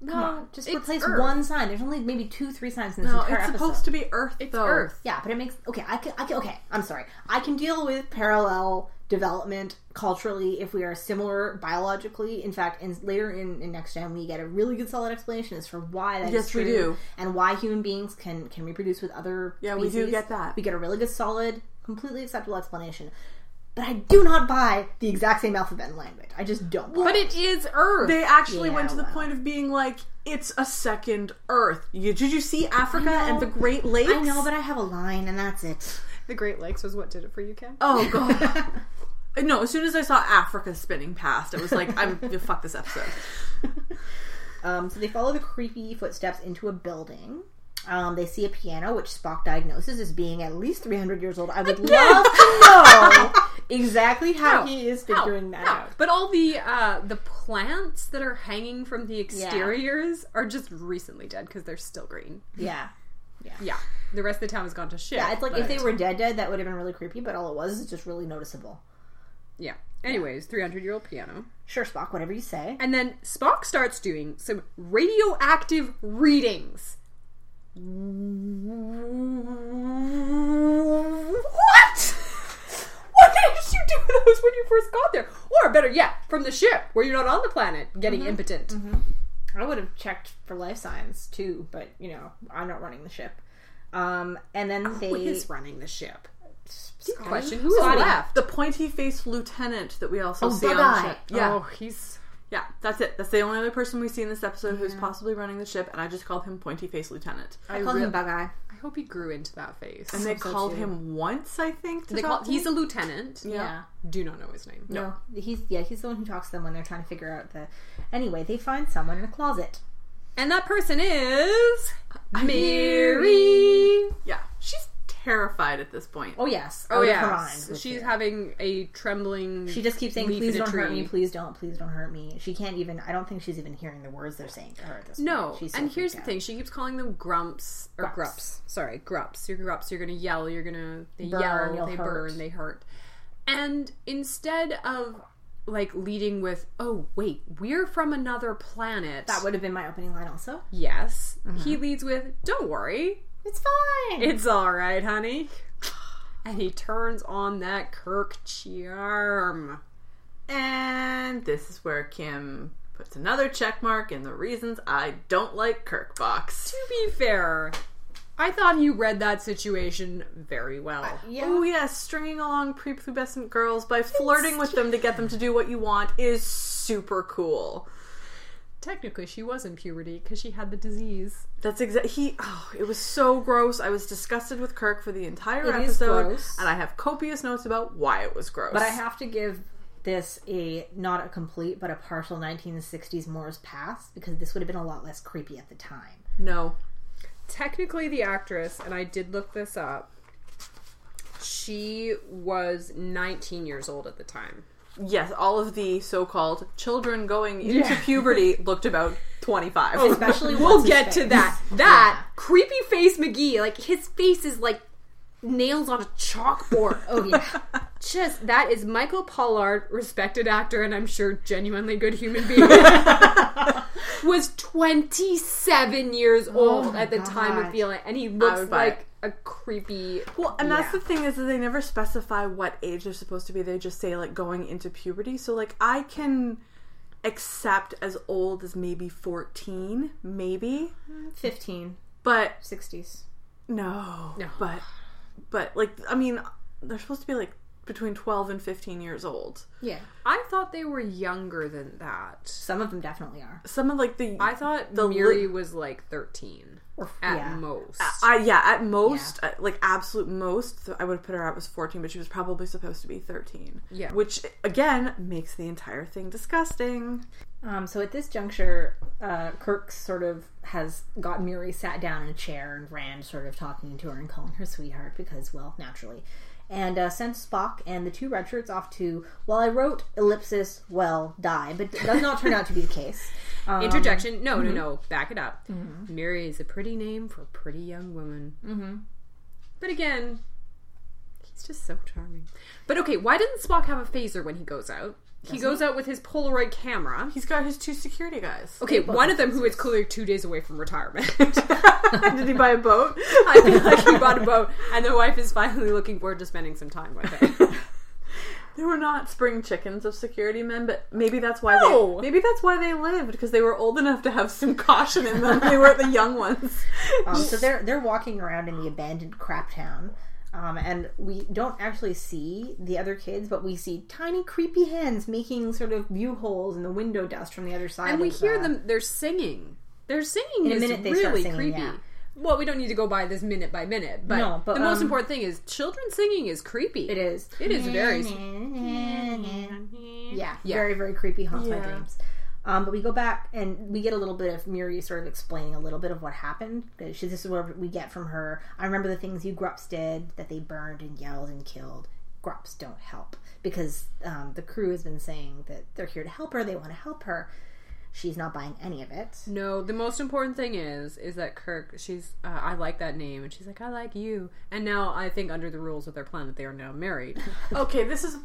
[SPEAKER 3] no,
[SPEAKER 4] Come on, just
[SPEAKER 3] it's
[SPEAKER 4] replace
[SPEAKER 3] Earth.
[SPEAKER 4] one sign. There's only maybe two, three signs in this
[SPEAKER 5] no,
[SPEAKER 4] entire
[SPEAKER 5] it's
[SPEAKER 4] episode.
[SPEAKER 5] supposed to be Earth.
[SPEAKER 3] It's
[SPEAKER 5] though.
[SPEAKER 3] Earth.
[SPEAKER 4] Yeah, but it makes okay. I can, I can. Okay, I'm sorry. I can deal with parallel development culturally if we are similar biologically. In fact, in, later in, in next gen, we get a really good solid explanation as for why that is
[SPEAKER 5] Yes, we
[SPEAKER 4] true
[SPEAKER 5] do.
[SPEAKER 4] and why human beings can can reproduce with other.
[SPEAKER 5] Yeah, we do
[SPEAKER 4] species.
[SPEAKER 5] get that.
[SPEAKER 4] We get a really good, solid, completely acceptable explanation. But I do not buy the exact same alphabet and language. I just don't. Buy
[SPEAKER 3] But
[SPEAKER 4] it.
[SPEAKER 3] it is Earth.
[SPEAKER 5] They actually
[SPEAKER 4] Yeah,
[SPEAKER 5] went to the
[SPEAKER 4] well.
[SPEAKER 5] point of being like, it's a second Earth. You, did you see Africa and the Great Lakes?
[SPEAKER 4] I know, but I have a line, and that's it.
[SPEAKER 3] Oh, the Great Lakes was what did it for you, Ken?
[SPEAKER 5] oh god, No, as soon as I saw Africa spinning past, I was like, I'm fuck this episode.
[SPEAKER 4] Um, so they follow the creepy footsteps into a building. Um, they see a piano, which Spock diagnoses as being at least 300 years old. I would love to know exactly how
[SPEAKER 3] No,
[SPEAKER 4] he is
[SPEAKER 3] No,
[SPEAKER 4] figuring that
[SPEAKER 3] no.
[SPEAKER 4] out.
[SPEAKER 3] But all the uh, the plants that are hanging from the exteriors are just recently dead because they're still green.
[SPEAKER 4] Yeah.
[SPEAKER 3] Yeah, the rest of the town has gone to shit.
[SPEAKER 4] Yeah, it's like if
[SPEAKER 3] but-
[SPEAKER 4] they were dead dead, that would have been really creepy, but all it was is just really noticeable.
[SPEAKER 3] yeah. Anyways, three hundred year old piano,
[SPEAKER 4] Sure, Spock, whatever you say.
[SPEAKER 3] and then Spock starts doing some radioactive readings. What? What did you do with those when you first got there? Or better yet, from the ship where you're not on the planet, getting
[SPEAKER 5] Mm-hmm.
[SPEAKER 3] impotent.
[SPEAKER 4] I would have checked for life signs too, but you know, I'm not running the ship. Um, and then they
[SPEAKER 3] Who is running the ship?
[SPEAKER 4] Scotty?
[SPEAKER 3] question. Who is
[SPEAKER 4] Scotty.
[SPEAKER 3] left?
[SPEAKER 5] The pointy faced lieutenant that we also
[SPEAKER 4] Oh,
[SPEAKER 5] see on
[SPEAKER 4] Bug
[SPEAKER 5] the
[SPEAKER 4] Eye.
[SPEAKER 5] ship. Yeah.
[SPEAKER 3] Oh, he's.
[SPEAKER 5] Yeah, that's it. That's the only other person we see in this episode who's possibly running the ship, and I just called him Pointy Face Lieutenant.
[SPEAKER 4] I call
[SPEAKER 3] re-
[SPEAKER 4] him Bug Eye.
[SPEAKER 3] I hope he grew into that face.
[SPEAKER 5] and they
[SPEAKER 4] so
[SPEAKER 5] called
[SPEAKER 4] cute.
[SPEAKER 5] him once, I think. To
[SPEAKER 3] They
[SPEAKER 5] talk
[SPEAKER 3] call,
[SPEAKER 5] to
[SPEAKER 3] he's a
[SPEAKER 5] him.
[SPEAKER 3] lieutenant.
[SPEAKER 5] Yeah.
[SPEAKER 3] Do not know his name.
[SPEAKER 4] No, he's yeah, he's the one who talks to them when they're trying to figure out the. Anyway, they find someone in a closet.
[SPEAKER 3] And that person is Mary.
[SPEAKER 5] yeah. She's terrified at this point.
[SPEAKER 4] Oh yes,
[SPEAKER 3] Oh
[SPEAKER 4] out of her
[SPEAKER 3] yeah,
[SPEAKER 4] mind with
[SPEAKER 3] she's
[SPEAKER 4] fear.
[SPEAKER 3] having a trembling.
[SPEAKER 4] She just keeps saying,
[SPEAKER 3] leaf
[SPEAKER 4] "Please
[SPEAKER 3] in a
[SPEAKER 4] don't hurt
[SPEAKER 3] tree."
[SPEAKER 4] me. Please don't. Please don't hurt me." She can't even. I don't think she's even hearing the words they're saying to her at this point.
[SPEAKER 3] No,
[SPEAKER 4] She's so
[SPEAKER 3] and here's the
[SPEAKER 4] freaked out.
[SPEAKER 3] thing: she keeps calling them grumps or
[SPEAKER 4] Grups.
[SPEAKER 3] grups. Sorry, grups. You're grups. You're gonna yell. You're gonna they
[SPEAKER 4] Burn,
[SPEAKER 3] yell.
[SPEAKER 4] you'll
[SPEAKER 3] They
[SPEAKER 4] hurt.
[SPEAKER 3] burn. They hurt. And instead of like leading with, "Oh wait, we're from another planet."
[SPEAKER 4] That Mm-hmm. would have been my opening line. Also,
[SPEAKER 3] yes. He leads with, "Don't worry,
[SPEAKER 4] it's fine.
[SPEAKER 3] it's all right, honey." And he turns on that Kirk charm.
[SPEAKER 5] And this is where Kim puts another check mark in the reasons I don't like Kirk box.
[SPEAKER 3] To be fair, I thought he read that situation very well.
[SPEAKER 4] yeah.
[SPEAKER 5] Oh yes, stringing along prepubescent girls by flirting with them to get them to do what you want is super cool.
[SPEAKER 3] Technically, she was in puberty because she had the disease.
[SPEAKER 5] That's exactly he. Oh, it was so gross. I was disgusted with Kirk for the entire
[SPEAKER 4] It is
[SPEAKER 5] episode,
[SPEAKER 4] gross.
[SPEAKER 5] and I have copious notes about why it was gross.
[SPEAKER 4] But I have to give this a not a complete, but a partial 1960s Moore's Pass because this would have been a lot less creepy at the time.
[SPEAKER 5] no.
[SPEAKER 3] Technically, the actress, and I did look this up, she was 19 years old at the time.
[SPEAKER 5] Yes, all of the so-called children going into
[SPEAKER 3] Yeah.
[SPEAKER 5] puberty looked about twenty-five.
[SPEAKER 4] Especially
[SPEAKER 3] We'll
[SPEAKER 4] what's his
[SPEAKER 3] get to
[SPEAKER 4] face.
[SPEAKER 3] that. That creepy face McGee, like his face is like nails on a chalkboard.
[SPEAKER 4] Oh yeah,
[SPEAKER 3] Just that is Michael Pollard, respected actor and I'm sure genuinely good human being, was 27 years old
[SPEAKER 4] Oh my
[SPEAKER 3] at the time of
[SPEAKER 4] God.
[SPEAKER 3] feeling, and he
[SPEAKER 5] I
[SPEAKER 3] looks
[SPEAKER 5] would buy
[SPEAKER 3] like a creepy.
[SPEAKER 5] Well, and
[SPEAKER 4] Yeah.
[SPEAKER 5] that's the thing is that they never specify what age they're supposed to be. They just say like going into puberty. So like I can accept as old as maybe 14, maybe.
[SPEAKER 4] 15,
[SPEAKER 5] But
[SPEAKER 4] 60s.
[SPEAKER 5] no.
[SPEAKER 3] No.
[SPEAKER 5] But but like I mean, they're supposed to be like between 12 and 15 years old.
[SPEAKER 4] Yeah,
[SPEAKER 3] I thought they were younger than that.
[SPEAKER 4] some of them definitely are.
[SPEAKER 5] Some of like the
[SPEAKER 3] I thought
[SPEAKER 5] The
[SPEAKER 3] the
[SPEAKER 5] li-
[SPEAKER 3] Miri was like 13
[SPEAKER 4] Or-
[SPEAKER 3] at
[SPEAKER 4] yeah.
[SPEAKER 3] most.
[SPEAKER 5] I yeah, at most, uh, like absolute most, th- I would have put her out as 14, but she was probably supposed to be 13.
[SPEAKER 3] Yeah.
[SPEAKER 5] Which, again, makes the entire thing disgusting.
[SPEAKER 4] Um, so at this juncture, uh, Kirk sort of has got Miri sat down in a chair and Rand sort of talking to her and calling her sweetheart because, well, naturally. And uh, sends Spock and the two redshirts off to, well, I wrote ellipsis, well, die, but it does not turn out to be the case. Um, Mm-hmm.
[SPEAKER 3] Interjection. No, no, no. Back it up. Miri is a pretty name for a pretty young woman. Mm-hmm. But again, he's just so charming. But okay, why doesn't Spock have a phaser when he goes out? he goes out with his Polaroid camera.
[SPEAKER 5] He's got his two security guys.
[SPEAKER 3] Okay, one of them who is clearly two days away from retirement.
[SPEAKER 5] Did he buy a boat?
[SPEAKER 3] I feel like he bought a boat, and the wife is finally looking forward to spending some time with it.
[SPEAKER 5] They were not spring chickens of security men, but maybe that's why
[SPEAKER 3] No.
[SPEAKER 5] they maybe that's why they lived because they were old enough to have some caution in them. they were the young ones.
[SPEAKER 4] Um, so they're they're walking around in the abandoned crap town, um, and we don't actually see the other kids, but we see tiny creepy hands making sort of view holes in the window dust from the other side.
[SPEAKER 3] and we
[SPEAKER 4] of,
[SPEAKER 3] hear
[SPEAKER 4] uh,
[SPEAKER 3] them; they're singing. They're singing.
[SPEAKER 4] in a
[SPEAKER 3] is
[SPEAKER 4] minute. They
[SPEAKER 3] really
[SPEAKER 4] start singing,
[SPEAKER 3] creepy.
[SPEAKER 4] yeah.
[SPEAKER 3] well, we don't need to go by this minute by minute, but,
[SPEAKER 4] No, but,
[SPEAKER 3] the most
[SPEAKER 4] um,
[SPEAKER 3] important thing is children singing is creepy.
[SPEAKER 4] It is. Mm-hmm.
[SPEAKER 3] It is very.
[SPEAKER 4] Yeah,
[SPEAKER 3] Yeah.
[SPEAKER 4] very very creepy. Haunts my
[SPEAKER 5] Yeah.
[SPEAKER 4] dreams. Um, but we go back and we get a little bit of Miri sort of explaining a little bit of what happened. 'Cause She, this is where we get from her. I remember the things you Grups did that they burned and yelled and killed. Grups don't help because um, the crew has been saying that they're here to help her. They want to help her. She's not buying any of it.
[SPEAKER 3] No, the most important thing is is that Kirk. She's uh, I like that name, and she's like I like you. And now I think under the rules of their planet, they are now married.
[SPEAKER 5] Okay, this is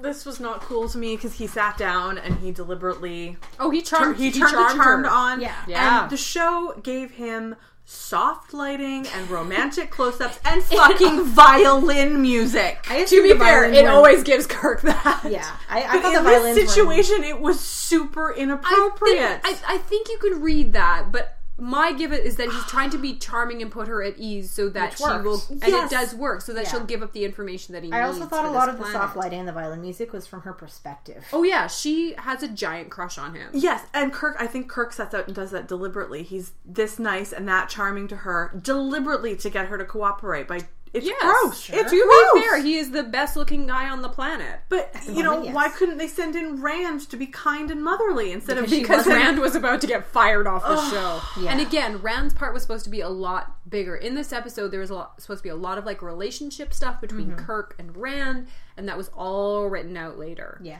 [SPEAKER 5] this was not cool to me because he sat down and he deliberately
[SPEAKER 3] Oh, he charmed.
[SPEAKER 5] he, turned
[SPEAKER 3] charmed,
[SPEAKER 5] the charmed
[SPEAKER 3] her.
[SPEAKER 5] on.
[SPEAKER 4] Yeah.
[SPEAKER 3] Yeah.
[SPEAKER 5] And the show gave him soft lighting and romantic close-ups and fucking violin music.
[SPEAKER 3] To be
[SPEAKER 4] the
[SPEAKER 3] fair,
[SPEAKER 4] violin
[SPEAKER 3] it
[SPEAKER 4] one-
[SPEAKER 3] always gives Kirk that.
[SPEAKER 4] Yeah, I, I
[SPEAKER 5] But
[SPEAKER 4] thought the
[SPEAKER 5] in
[SPEAKER 4] violin
[SPEAKER 5] this situation, it was super inappropriate.
[SPEAKER 3] I think, I, I think you can read that, but my give it is that he's trying to be charming and put her at ease so that
[SPEAKER 4] Which
[SPEAKER 3] she
[SPEAKER 4] works.
[SPEAKER 3] will, and
[SPEAKER 5] Yes.
[SPEAKER 3] it does work, so that
[SPEAKER 4] Yeah.
[SPEAKER 3] she'll give up the information that he
[SPEAKER 4] I
[SPEAKER 3] needs.
[SPEAKER 4] also thought
[SPEAKER 3] for
[SPEAKER 4] a lot
[SPEAKER 3] this
[SPEAKER 4] of the
[SPEAKER 3] planet.
[SPEAKER 4] soft lighting and the violin music was from her perspective.
[SPEAKER 3] Oh yeah, she has a giant crush on him.
[SPEAKER 5] Yes, and Kirk, I think Kirk sets out and does that deliberately. He's this nice and that charming to her deliberately to get her to cooperate. By it's
[SPEAKER 3] Yes,
[SPEAKER 5] gross.
[SPEAKER 3] sure.
[SPEAKER 5] It's
[SPEAKER 3] To be
[SPEAKER 5] gross.
[SPEAKER 3] fair, he is the best looking guy on the planet.
[SPEAKER 5] but you know
[SPEAKER 4] moment, yes.
[SPEAKER 5] why couldn't they send in Rand to be kind and motherly instead
[SPEAKER 4] Because
[SPEAKER 5] of
[SPEAKER 4] she
[SPEAKER 3] Because
[SPEAKER 4] wasn't-
[SPEAKER 3] Rand was about to get fired off the show.
[SPEAKER 4] yeah.
[SPEAKER 3] And again, Rand's part was supposed to be a lot bigger. In this episode, there was a lot, supposed to be a lot of like relationship stuff between
[SPEAKER 4] Mm-hmm.
[SPEAKER 3] Kirk and Rand, and that was all written out later.
[SPEAKER 4] Yeah.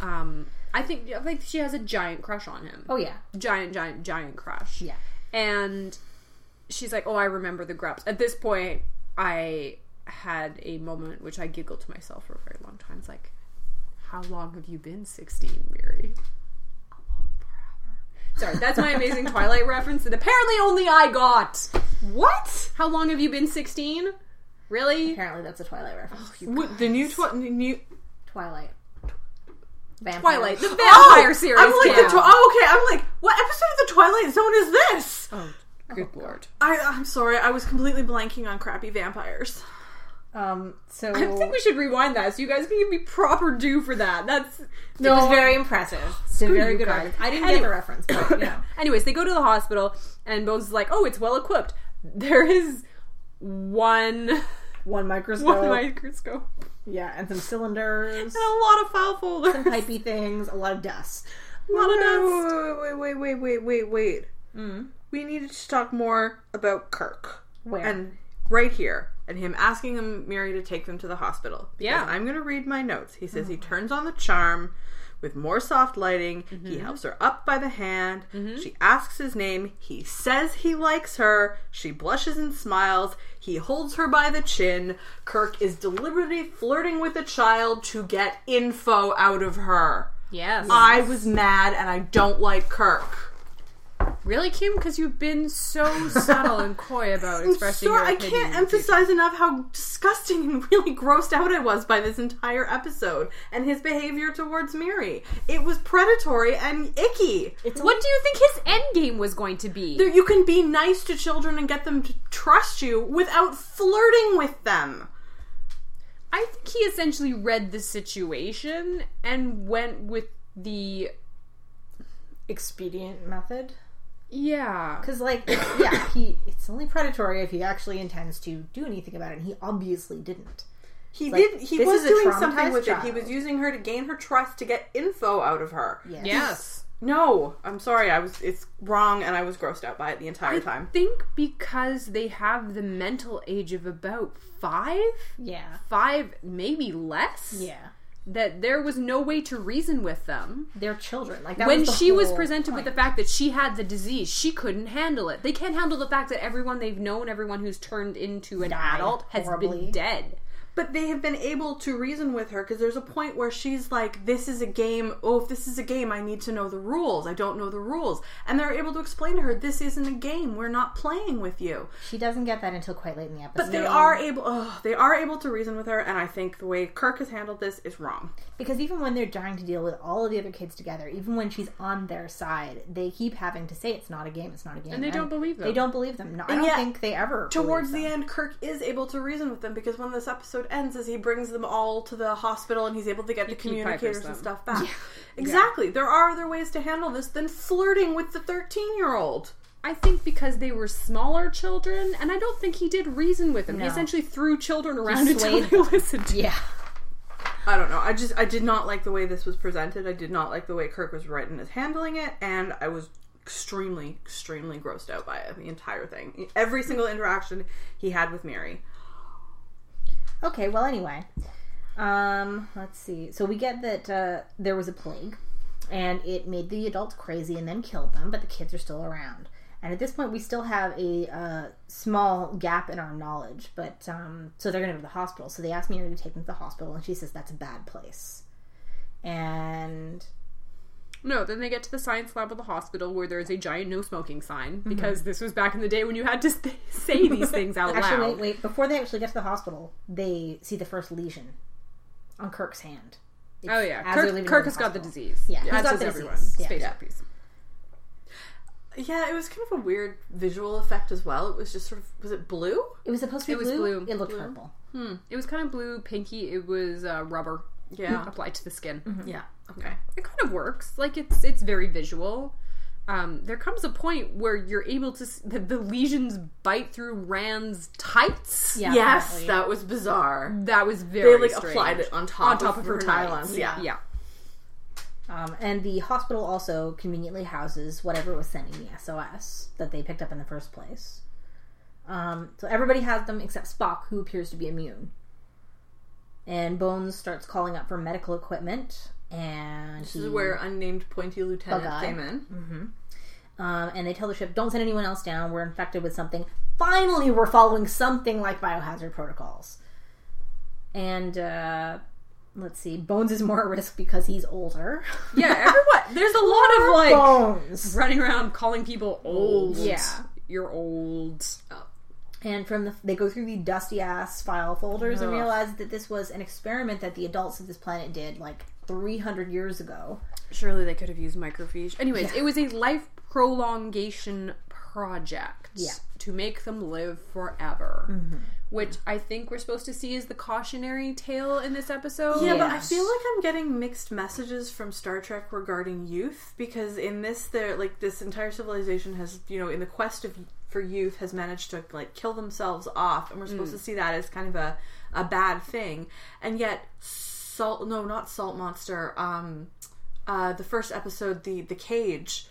[SPEAKER 3] Um, I think I think she has a giant crush on him.
[SPEAKER 4] Oh yeah.
[SPEAKER 3] giant, giant, giant crush.
[SPEAKER 4] Yeah.
[SPEAKER 3] And she's like, "Oh, I remember the grubs." At this point, I had a moment which I giggled to myself for a very long time. It's like, "How long have you been 16, Mary?" Sorry, that's my amazing Twilight reference that apparently only I got.
[SPEAKER 5] what?
[SPEAKER 3] How long have you been 16? Really?
[SPEAKER 4] Apparently, that's a Twilight reference.
[SPEAKER 5] What, the new twi- new
[SPEAKER 4] Twilight. Vampire.
[SPEAKER 3] Twilight, the vampire series.
[SPEAKER 5] Oh, I'm like the
[SPEAKER 3] came
[SPEAKER 5] twi-
[SPEAKER 3] out.
[SPEAKER 5] oh, okay. I'm like, what episode of the Twilight Zone is this?
[SPEAKER 3] oh, good lord.
[SPEAKER 5] I, I'm sorry, I was completely blanking on crappy vampires.
[SPEAKER 4] Um. So
[SPEAKER 3] I think we should rewind that so you guys can give me proper due for that. That's
[SPEAKER 4] it was very impressive. It's a very
[SPEAKER 3] you
[SPEAKER 4] good
[SPEAKER 3] guys.
[SPEAKER 4] reference. I didn't get
[SPEAKER 3] Anyway.
[SPEAKER 4] the reference, but you know.
[SPEAKER 3] Anyways, they go to the hospital, and Bones is like, "Oh, it's well equipped. There is one
[SPEAKER 4] one microscope.
[SPEAKER 3] one microscope
[SPEAKER 4] Yeah, and some cylinders,
[SPEAKER 3] and a lot of file folders, a
[SPEAKER 4] pipey things, a lot of dust.
[SPEAKER 3] lot of notes."
[SPEAKER 5] Wait, wait, wait, wait, wait, wait. We needed to talk more about Kirk.
[SPEAKER 4] Where?
[SPEAKER 5] And right here, and him asking him, Mary to take them to the hospital. Because
[SPEAKER 3] Yeah. Oh.
[SPEAKER 5] I'm going to read my notes. He says he turns on the charm with more soft lighting. He
[SPEAKER 3] Mm-hmm.
[SPEAKER 5] helps her up by the hand. She asks his name. He says he likes her. She blushes and smiles. He holds her by the chin. Kirk is deliberately flirting with a child to get info out of her.
[SPEAKER 3] Yes,
[SPEAKER 5] I was mad and I don't like Kirk.
[SPEAKER 3] really, Kim, because you've been so subtle and coy about expressing
[SPEAKER 5] Sure,
[SPEAKER 3] your
[SPEAKER 5] I can't
[SPEAKER 3] opinion.
[SPEAKER 5] emphasize enough how disgusting and really grossed out I was by this entire episode and his behavior towards Miri. It was predatory and icky.
[SPEAKER 3] What do you think his end game was going to be?
[SPEAKER 5] There- You can be nice to children and get them to trust you without flirting with them.
[SPEAKER 3] I think he essentially read the situation and went with the
[SPEAKER 4] Expedient method.
[SPEAKER 3] yeah.
[SPEAKER 4] Because, like, it's- yeah, he it's only predatory if he actually intends to do anything about it, and he obviously didn't.
[SPEAKER 5] He
[SPEAKER 4] Like,
[SPEAKER 5] did. He
[SPEAKER 4] this
[SPEAKER 5] was
[SPEAKER 4] is a
[SPEAKER 5] doing something
[SPEAKER 4] traumatized
[SPEAKER 5] with it. He
[SPEAKER 4] child.
[SPEAKER 5] was using her to gain her trust to get info out of her.
[SPEAKER 4] Yes.
[SPEAKER 3] Yes.
[SPEAKER 5] No, I'm sorry. I was. It's wrong, and I was grossed out by it the entire time.
[SPEAKER 3] think because they have the mental age of about five,
[SPEAKER 4] Yeah.
[SPEAKER 3] five, maybe less,
[SPEAKER 4] Yeah.
[SPEAKER 3] that there was no way to reason with them.
[SPEAKER 4] They're children. Like that
[SPEAKER 3] when
[SPEAKER 4] was the
[SPEAKER 3] she was
[SPEAKER 4] whole
[SPEAKER 3] presented
[SPEAKER 4] point.
[SPEAKER 3] with the fact that she had the disease, she couldn't handle it. They can't handle the fact that everyone they've known, everyone who's turned into an
[SPEAKER 4] Died
[SPEAKER 3] adult, has
[SPEAKER 4] horribly.
[SPEAKER 3] been dead.
[SPEAKER 5] But they have been able to reason with her because there's a point where she's like, "This is a game. Oh, if this is a game, I need to know the rules. I don't know the rules." And they're able to explain to her, "This isn't a game. We're not playing with you."
[SPEAKER 4] she doesn't get that until quite late in the episode.
[SPEAKER 5] But they are able. Oh, they are able to reason with her, and I think the way Kirk has handled this is wrong.
[SPEAKER 4] because even when they're trying to deal with all of the other kids together, even when she's on their side, they keep having to say it's not a game, it's not a game,
[SPEAKER 3] And they don't believe them.
[SPEAKER 4] They don't believe them. No, I don't
[SPEAKER 5] yet,
[SPEAKER 4] think they ever.
[SPEAKER 5] Towards
[SPEAKER 4] believe
[SPEAKER 5] the
[SPEAKER 4] them.
[SPEAKER 5] end, Kirk is able to reason with them because when this episode ends, is he brings them all to the hospital and he's able to get the
[SPEAKER 3] He Pipers
[SPEAKER 5] communicators and
[SPEAKER 3] them.
[SPEAKER 5] stuff back. Exactly. There are other ways to handle this than flirting with the thirteen-year-old.
[SPEAKER 3] I think because they were smaller children, and I don't think he did reason with them. He
[SPEAKER 4] No.
[SPEAKER 3] essentially threw children around until
[SPEAKER 4] swayed
[SPEAKER 3] they listened to
[SPEAKER 4] Yeah.
[SPEAKER 5] I don't know. I just I did not like the way this was presented. I did not like the way Kirk was written as handling it, and I was extremely, extremely grossed out by it, the entire thing. Every single interaction he had with Mary.
[SPEAKER 4] Okay, well, anyway. Um, let's see. So we get that uh, there was a plague, and it made the adults crazy and then killed them, but the kids are still around. And at this point, we still have a uh, small gap in our knowledge, but um, so they're going to go to the hospital. So they asked Mary to take them to the hospital, and she says that's a bad place. And
[SPEAKER 3] No, then they get to the science lab of the hospital where there is a giant no smoking sign
[SPEAKER 4] Mm-hmm.
[SPEAKER 3] because this was back in the day when you had to st- say these things out
[SPEAKER 4] actually,
[SPEAKER 3] loud.
[SPEAKER 4] wait, wait. Before they actually get to the hospital, they see the first lesion on Kirk's hand.
[SPEAKER 3] Oh
[SPEAKER 4] It's
[SPEAKER 3] yeah,
[SPEAKER 4] as they're
[SPEAKER 3] Kirk,
[SPEAKER 4] leaving
[SPEAKER 3] Kirk
[SPEAKER 4] the
[SPEAKER 3] has got the
[SPEAKER 4] hospital.
[SPEAKER 3] disease.
[SPEAKER 4] Yeah, he's
[SPEAKER 3] as
[SPEAKER 4] got
[SPEAKER 3] does
[SPEAKER 4] the
[SPEAKER 3] everyone.
[SPEAKER 4] disease. Yeah.
[SPEAKER 3] Space
[SPEAKER 5] Yeah.
[SPEAKER 3] herpes.
[SPEAKER 5] Yeah, it was kind of a weird visual effect as well. It was just sort of was it blue?
[SPEAKER 4] It was supposed to be
[SPEAKER 3] It was
[SPEAKER 4] blue.
[SPEAKER 3] blue.
[SPEAKER 4] It looked purple.
[SPEAKER 3] It was kind of blue, pinky. It was uh, rubber
[SPEAKER 5] Yeah.
[SPEAKER 3] applied to the skin.
[SPEAKER 4] Mm-hmm.
[SPEAKER 5] Yeah. Okay.
[SPEAKER 3] It kind of works. Like it's it's very visual. Um, there comes a point where you're able to s the, the lesions bite through Rand's tights.
[SPEAKER 4] Yeah,
[SPEAKER 5] yes,
[SPEAKER 4] apparently.
[SPEAKER 5] that was bizarre.
[SPEAKER 3] that was
[SPEAKER 5] They
[SPEAKER 3] very
[SPEAKER 5] like
[SPEAKER 3] strange.
[SPEAKER 5] applied it on top
[SPEAKER 3] on top of her
[SPEAKER 5] nylons.
[SPEAKER 3] tights.
[SPEAKER 5] Yeah.
[SPEAKER 3] yeah.
[SPEAKER 4] Um, and the hospital also conveniently houses whatever was sending the SOS that they picked up in the first place. Um, so everybody has them except Spock, who appears to be immune. And Bones starts calling up for medical equipment, and
[SPEAKER 5] This
[SPEAKER 4] he-
[SPEAKER 5] is where unnamed pointy lieutenant
[SPEAKER 4] Bug-eye.
[SPEAKER 5] came in.
[SPEAKER 4] um, and they tell the ship, "Don't send anyone else down. We're infected with something." Finally, we're following something like biohazard protocols. And uh, let's see, Bones is more at risk because he's older.
[SPEAKER 3] Yeah, everyone. There's a lot of like
[SPEAKER 4] Bones.
[SPEAKER 3] running around calling people old. Oh,
[SPEAKER 4] Yeah.
[SPEAKER 3] you're old.
[SPEAKER 4] And from the, they go through the dusty ass file folders and
[SPEAKER 3] Ugh.
[SPEAKER 4] realize that this was an experiment that the adults of this planet did like 300 years ago.
[SPEAKER 3] Surely they could have used microfiche. Anyways, it was a life prolongation project
[SPEAKER 4] Yeah.
[SPEAKER 3] to make them live forever, which I think we're supposed to see as the cautionary tale in this episode.
[SPEAKER 5] Yeah, but I
[SPEAKER 4] Yes.
[SPEAKER 5] feel like I'm getting mixed messages from Star Trek regarding youth because in this, there like this entire civilization has you know in the quest of for youth has managed to like kill themselves off, and we're supposed to see that as kind of a a bad thing, and yet salt no not salt monster um uh the first episode the the cage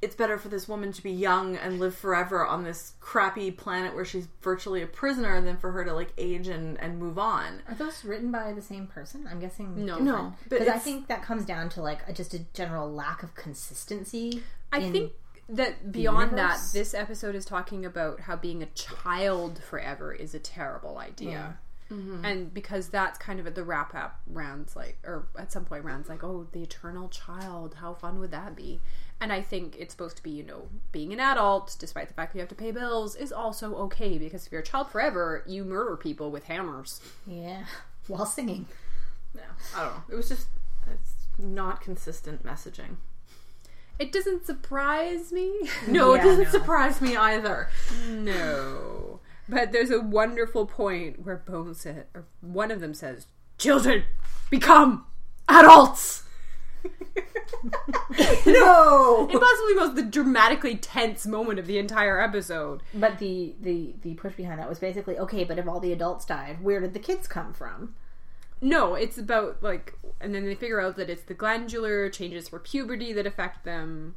[SPEAKER 5] it's better for this woman to be young and live forever on this crappy planet where she's virtually a prisoner than for her to like age and and move on
[SPEAKER 4] Are those written by the same person? I'm guessing
[SPEAKER 3] No.
[SPEAKER 5] no but
[SPEAKER 4] Because I
[SPEAKER 5] it's-
[SPEAKER 4] think that comes down to like a, just a general lack of consistency.
[SPEAKER 3] I
[SPEAKER 4] in-
[SPEAKER 3] think that beyond that,
[SPEAKER 4] universe?
[SPEAKER 3] this episode is talking about how being a child forever is a terrible idea.
[SPEAKER 4] Mm-hmm.
[SPEAKER 3] And because that's kind of at the wrap up rounds, like, or at some point, rounds like, oh, the eternal child, how fun would that be? And I think it's supposed to be, you know, being an adult, despite the fact that you have to pay bills, is also okay because if you're a child forever, you murder people with hammers.
[SPEAKER 4] yeah, while singing.
[SPEAKER 5] No, I don't know. It was just it's not consistent messaging.
[SPEAKER 3] It doesn't surprise me.
[SPEAKER 5] No,
[SPEAKER 4] Yeah,
[SPEAKER 5] it doesn't
[SPEAKER 4] no.
[SPEAKER 5] surprise me either.
[SPEAKER 3] No. But there's a wonderful point where Bone said, or one of them says, Children, become adults!
[SPEAKER 5] No.
[SPEAKER 3] And possibly most the dramatically tense moment of the entire episode.
[SPEAKER 4] But the the the push behind that was basically okay. But if all the adults died, where did the kids come from?
[SPEAKER 3] No, it's about, like, and then they figure out that it's the glandular changes for puberty that affect them.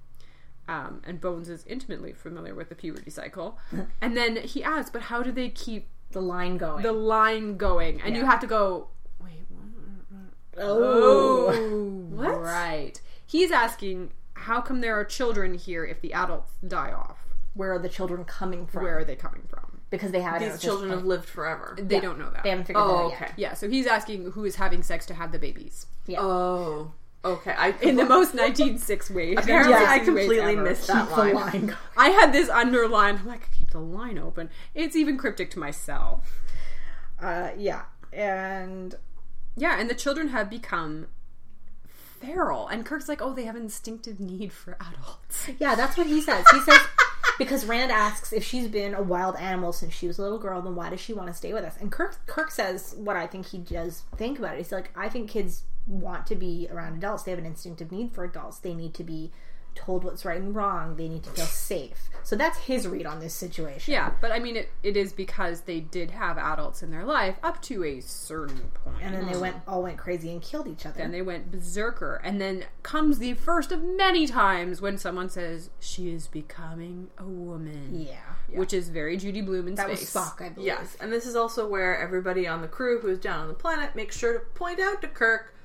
[SPEAKER 3] Um, and Bones is intimately familiar with the puberty cycle. and then he asks, But how do they keep
[SPEAKER 4] The line going.
[SPEAKER 3] the line going? And you
[SPEAKER 4] Yeah.
[SPEAKER 3] have to go, Wait, what? Oh.
[SPEAKER 5] What?
[SPEAKER 3] Right. He's asking, how come there are children here if the adults die off?
[SPEAKER 4] where are the children coming from?
[SPEAKER 3] Where are they coming from?
[SPEAKER 4] because they haven't.
[SPEAKER 5] These children have lived forever.
[SPEAKER 3] They
[SPEAKER 4] Yeah.
[SPEAKER 3] don't know that.
[SPEAKER 4] They haven't figured that
[SPEAKER 5] Oh,
[SPEAKER 4] out yet.
[SPEAKER 5] okay.
[SPEAKER 3] yeah, so he's asking who is having sex to have the babies
[SPEAKER 5] Oh, okay. I
[SPEAKER 3] in the most 1906 way.
[SPEAKER 5] apparently
[SPEAKER 4] Yeah.
[SPEAKER 5] I
[SPEAKER 3] 1960s ways
[SPEAKER 5] completely
[SPEAKER 3] ever.
[SPEAKER 5] missed that
[SPEAKER 4] Keep
[SPEAKER 5] line.
[SPEAKER 4] the line going.
[SPEAKER 3] I had this underlined. I'm like, keep the line open. It's even cryptic to myself.
[SPEAKER 4] Uh, yeah. And
[SPEAKER 3] Yeah, and the children have become feral. And Kirk's like, oh, they have instinctive need for adults.
[SPEAKER 4] yeah, that's what he says. He says because Rand asks if she's been a wild animal since she was a little girl, then why does she want to stay with us? And Kirk Kirk says what I think he does think about it. He's like, I think kids want to be around adults. They have an instinctive need for adults. They need to be told what's right and wrong. They need to feel safe. So that's his read on this situation.
[SPEAKER 3] Yeah, but I mean, it, it is because they did have adults in their life up to a certain point.
[SPEAKER 4] And then they went all went crazy and killed each other.
[SPEAKER 3] Then they went berserker. And then comes the first of many times when someone says, She is becoming a woman.
[SPEAKER 4] yeah.
[SPEAKER 3] Which is very Judy Blumen's
[SPEAKER 4] That was
[SPEAKER 3] face.
[SPEAKER 4] Spock, I believe.
[SPEAKER 5] Yes, and this is also where everybody on the crew who is down on the planet makes sure to point out to Kirk,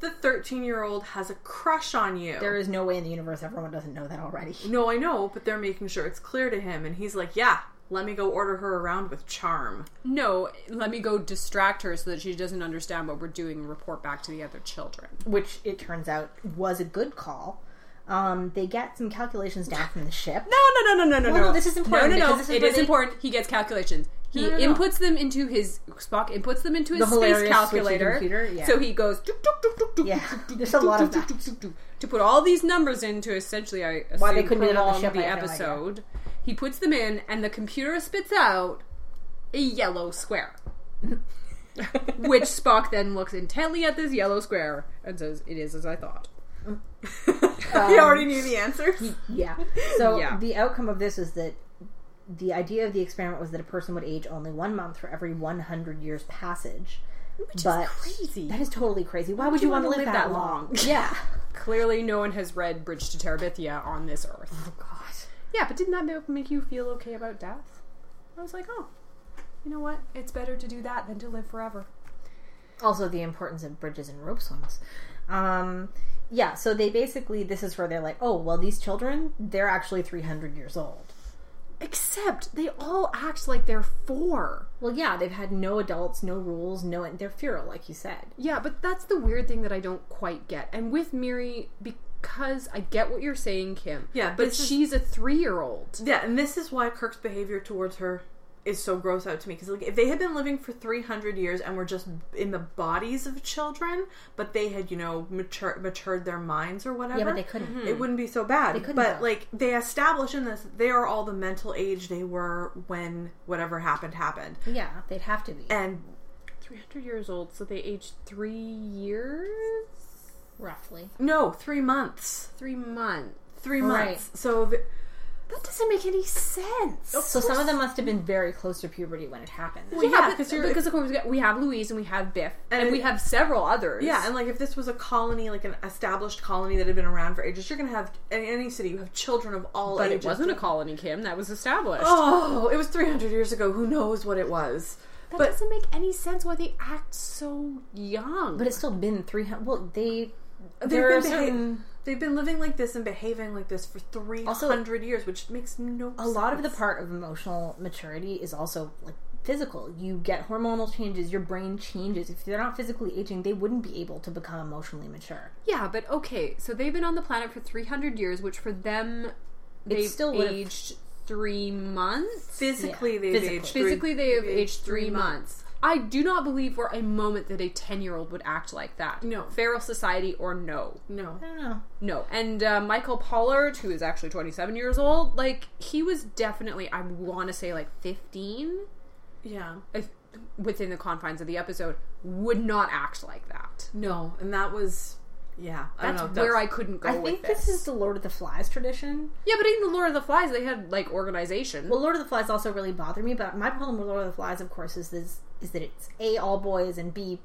[SPEAKER 5] the 13 year old has a crush on you.
[SPEAKER 4] There is no way in the universe everyone doesn't know that already.
[SPEAKER 5] no, I know, but they're making sure it's clear to him, and he's like, yeah, let me go order her around with charm.
[SPEAKER 3] No, let me go distract her so that she doesn't understand what we're doing and report back to the other children.
[SPEAKER 4] Which it turns out was a good call. Um, they get some calculations down from the ship.
[SPEAKER 3] No, no, no, no, no, no.
[SPEAKER 4] Well, no, this is
[SPEAKER 3] No,
[SPEAKER 4] important
[SPEAKER 3] no,
[SPEAKER 4] because
[SPEAKER 3] no.
[SPEAKER 4] this is
[SPEAKER 3] It
[SPEAKER 4] where
[SPEAKER 3] is
[SPEAKER 4] they-
[SPEAKER 3] important. He gets calculations. He
[SPEAKER 4] No, no, no.
[SPEAKER 3] inputs them into his Spock inputs them into his
[SPEAKER 4] The
[SPEAKER 3] space
[SPEAKER 4] hilarious
[SPEAKER 3] calculator.
[SPEAKER 4] switchy computer, yeah.
[SPEAKER 3] So he goes. doop, doop, doop, doop, doop,
[SPEAKER 4] Yeah,
[SPEAKER 3] doop, doop,
[SPEAKER 4] there's a lot of
[SPEAKER 3] doop, doop,
[SPEAKER 4] that.
[SPEAKER 3] doop, doop, doop, to put all these numbers in to essentially, I assume,
[SPEAKER 4] Why they couldn't do it
[SPEAKER 3] prolong
[SPEAKER 4] on the ship, I have no idea.
[SPEAKER 3] episode. He puts them in, and the computer spits out a yellow square. Which Spock then looks intently at this yellow square and says, "It is as I thought."
[SPEAKER 5] he already knew the answer.
[SPEAKER 4] Yeah. So
[SPEAKER 3] Yeah.
[SPEAKER 4] the outcome of this is that the idea of the experiment was that a person would age only one month for every 100 years passage. Which but
[SPEAKER 3] crazy.
[SPEAKER 4] That is totally crazy. Why would you, want to live, that, long? yeah.
[SPEAKER 3] Clearly, no one has read Bridge to Terabithia on this earth.
[SPEAKER 4] Oh, God.
[SPEAKER 3] Yeah, but didn't that ma- make you feel okay about death? I was like, oh, you know what? It's better to do that than to live forever.
[SPEAKER 4] also the importance of bridges and rope swings. Um, yeah, so they basically this is where they're like, oh well, these children they're actually three hundred years old.
[SPEAKER 3] Except they all act like they're four.
[SPEAKER 4] Well, yeah, they've had no adults, no rules, no they're feral, like you said.
[SPEAKER 3] Yeah, but that's the weird thing that I don't quite get. And with Miri, because I get what you're saying, Kim.
[SPEAKER 5] Yeah,
[SPEAKER 3] but
[SPEAKER 5] this is-
[SPEAKER 3] she's a three year old.
[SPEAKER 5] Yeah, and this is why Kirk's behavior towards her is so gross out to me because like if they had been living for 300 years and were just in the bodies of children but they had you know mature, matured their minds or whatever
[SPEAKER 4] but they couldn't.
[SPEAKER 5] it wouldn't be so bad
[SPEAKER 4] couldn't,
[SPEAKER 5] but
[SPEAKER 4] though.
[SPEAKER 5] like they establish in this they are all the mental age they were when whatever happened happened
[SPEAKER 4] Yeah, they'd have to be
[SPEAKER 5] and
[SPEAKER 3] 300 years old, so they aged three years?
[SPEAKER 4] roughly.
[SPEAKER 5] no 3 months
[SPEAKER 3] Three months.
[SPEAKER 5] 3
[SPEAKER 4] Right.
[SPEAKER 5] months so the,
[SPEAKER 3] That doesn't make any sense.
[SPEAKER 4] So some of them must have been very close to puberty when it happened.
[SPEAKER 5] well,
[SPEAKER 3] Oh, yeah,
[SPEAKER 5] yeah,
[SPEAKER 3] because,
[SPEAKER 5] because you're
[SPEAKER 3] because of course we got- we have Louise and we have Biff and,
[SPEAKER 5] And it-
[SPEAKER 3] we have several others.
[SPEAKER 5] Yeah, and like if this was a colony, like an established colony that had been around for ages, you're gonna have in any city you have children of all
[SPEAKER 3] but
[SPEAKER 5] ages.
[SPEAKER 3] it wasn't a colony, Kim. That was established.
[SPEAKER 5] Oh, it was 300 years ago. Who knows what it was?
[SPEAKER 3] that
[SPEAKER 5] but-
[SPEAKER 3] doesn't make any sense why they act so young.
[SPEAKER 4] But it's still been three hundred. Well, they
[SPEAKER 5] They've
[SPEAKER 4] there are
[SPEAKER 5] been, beha-
[SPEAKER 4] certain
[SPEAKER 5] they've been living like this and behaving like this for 300 years, which makes no
[SPEAKER 4] a lot of the part of emotional maturity is also like physical. You get hormonal changes, your brain changes. If they're not physically aging, they wouldn't be able to become emotionally mature.
[SPEAKER 3] yeah, but okay. So they've been on the planet for 300 years, which for them, they've
[SPEAKER 4] still would've-
[SPEAKER 3] aged three months.
[SPEAKER 5] Physically,
[SPEAKER 4] yeah,
[SPEAKER 5] they've
[SPEAKER 4] physically.
[SPEAKER 5] aged.
[SPEAKER 3] Physically, they have
[SPEAKER 5] they've
[SPEAKER 3] aged three months. I do not believe for a moment that a 10 year old would act like that.
[SPEAKER 5] No.
[SPEAKER 3] Feral society or no.
[SPEAKER 5] No.
[SPEAKER 4] I don't know.
[SPEAKER 3] No, and uh, Michael Pollard, who is actually 27 years old, like he was definitely, I want to say, like 15
[SPEAKER 5] Yeah.
[SPEAKER 3] if, within the confines of the episode, would not act like that.
[SPEAKER 5] No. And that was. Yeah. I
[SPEAKER 3] That's
[SPEAKER 5] don't know.
[SPEAKER 3] where I couldn't go
[SPEAKER 4] I
[SPEAKER 3] with
[SPEAKER 4] think
[SPEAKER 3] this.
[SPEAKER 4] this is the Lord of the Flies tradition.
[SPEAKER 3] Yeah, but even the Lord of the Flies, they had like organization.
[SPEAKER 4] Well, Lord of the Flies also really bothered me, but my problem with Lord of the Flies, of course, is this, is that it's a all boys and b